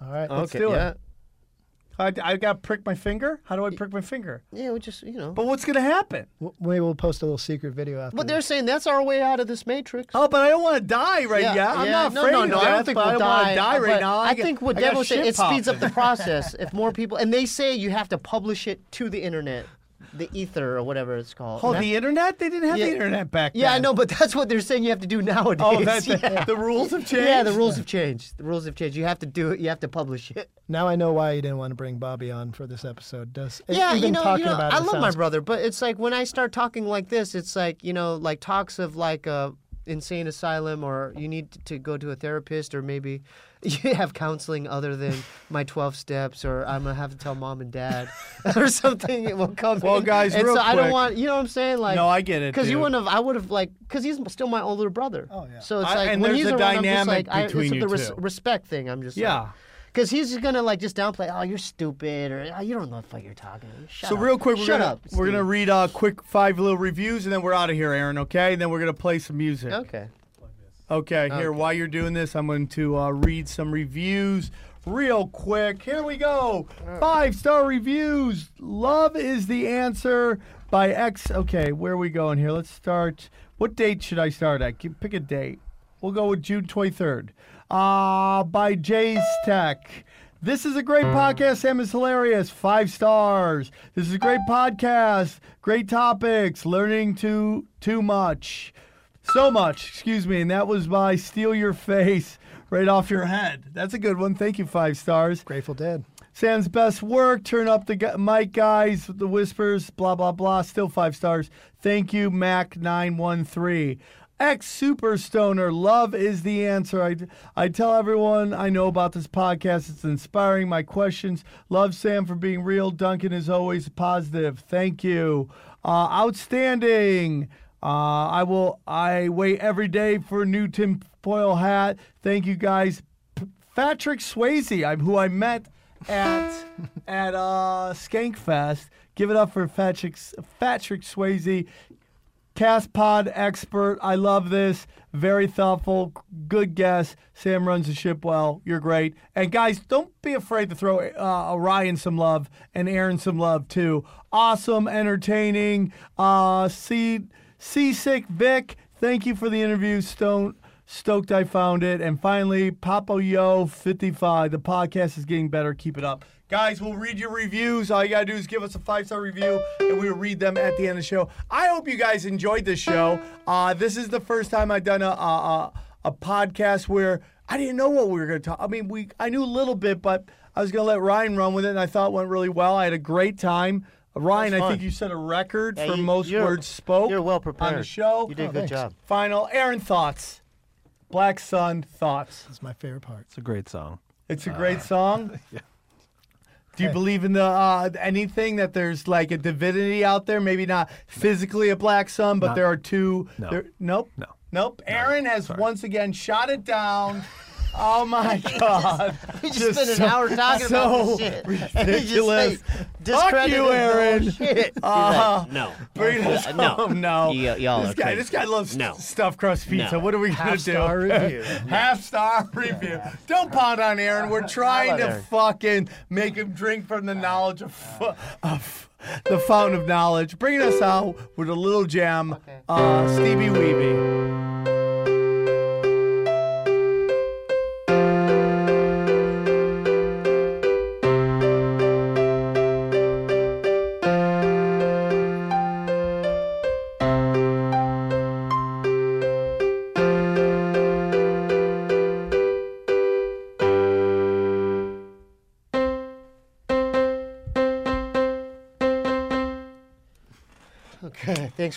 all right.
Let's do it. I, I got to prick my finger? How do I prick my finger?
Yeah, we just you know.
But what's going to happen?
W- Maybe we'll post a little secret video after.
But
this.
they're saying that's our way out of this matrix.
Oh, but I don't want to die right
Yeah,
yet. I'm
yeah.
not
No,
afraid
no,
of
no,
death,
I don't think
but
we'll
I don't
die.
want to die right
but
now.
I,
get-
think what
I got
Devil said,
shit
it speeds up
popping.
the
[laughs]
process if more people. And they say you have to publish it to the internet, the ether or whatever it's called.
Oh,
And
the internet? They didn't have
Yeah.
the internet back then.
Yeah, I know, but that's what they're saying you have to do nowadays. [laughs]
Oh, that's
yeah.
the rules have changed.
Yeah, the rules have changed. The rules have changed. You have to do it. You have to publish it.
Now I know why you didn't want to bring Bobby on for this episode. Does e-
yeah,
even
you know,
talking
you know
about it
I love my
sounds-
brother, but it's like when I start talking like this, it's like you know, like talks of like a insane asylum or you need to go to a therapist or maybe [laughs] you have counseling other than my 12 steps or I'm gonna have to tell mom and dad [laughs] or something it will come
Well,
in.
guys,
and
real
so I don't
quick.
want you know what I'm saying like
No, I get it,
because you
dude.
wouldn't have I would have like because he's still my older brother oh
yeah.
so it's
I-
like
and
when
there's
he's
a
around I'm just
dynamic
like I, it's
between you
the res-
two.
respect thing I'm just
Yeah.
like, Cause he's just gonna like just downplay. Oh, you're stupid, or oh, you don't know what the fuck you're talking. about." Shut
So
up.
real quick, we're
Shut
gonna
up,
we're gonna
Steve.
read uh, quick five little reviews, and then we're out of here, Aaron. Okay, and then we're gonna play some music. [laughs]
okay.
Okay, here while you're doing this, I'm going to uh, read some reviews real quick. Here we go. Five star reviews. Love is the answer by X. Okay, where are we going here? Let's start. What date should I start at? Give- Pick a date. We'll go with June 23rd. Uh, by Jay's Tech. This is a great podcast. Sam is hilarious. Five stars. This is a great podcast. Great topics. Learning too too much. So much, excuse me, and that was by Steal Your Face Right Off Your Head. That's a good one. Thank you, five stars.
Grateful Dead.
Sam's best work. Turn up the gu- mic, guys. The whispers, blah, blah, blah. Still five stars. Thank you, Mac913. Ex Super Stoner, love is the answer. I, I tell everyone I know about this podcast. It's inspiring. My questions. Love Sam for being real. Duncan is always positive. Thank you. Uh, outstanding. Uh, I will. I wait every day for a new Tim Foil hat. Thank you guys. P- Patrick Swayze, I'm who I met at at uh, Skankfest. Give it up for Patrick Patrick Swayze, cast pod expert. I love this. Very thoughtful, good guess. Sam runs the ship well. You're great. And guys, don't be afraid to throw uh, Orion some love and Aaron some love too. Awesome, entertaining. Uh, see, seasick Vic. Thank you for the interview, Stone. Stoked I found it. And finally, Papo Yo 55. The podcast is getting better. Keep it up. Guys, we'll read your reviews. All you got to do is give us a five star review, and we'll read them at the end of the show. I hope you guys enjoyed this show. Uh, this is the first time I've done a, a, a, a podcast where I didn't know what we were going to talk. I mean, we I knew a little bit, but I was going to let Ryan run with it, and I thought it went really well. I had a great time. Ryan, I think you set a record for
you-
most
you're-
words spoke
you're well
on the
prepared.
show.
You did a good job.
Final Aaron thoughts. Black Sun thoughts.
That's my favorite part.
Ah. [laughs]
It's a great song.
It's a great song. Do you believe in the uh, anything that there's like a divinity out there? Maybe not physically a black sun, but
Not-
there are two.
No.
There, nope. No. Nope. Aaron has once again shot it down.
[laughs]
Oh my God!
We just, spent an hour talking
so
about this shit. [laughs] And you just
ridiculous.
say,
Fuck
discredited the
you,
whole
Aaron. [laughs]
shit.
Uh,
You're like, no.
Bring
Uh,
us
no.
home. No.
Y- y'all
this
are
guy,
crazy.
this guy loves
No.
stuffed crust pizza.
No.
What are we gonna do?
Half-star
[laughs]
review.
Half star review. Don't pound on Aaron. We're trying
love
to
Aaron.
fucking make him drink from the knowledge of, fu- of the fountain of knowledge. Bringing us out with a little jam, uh, Stevie Weeby.
Okay, thanks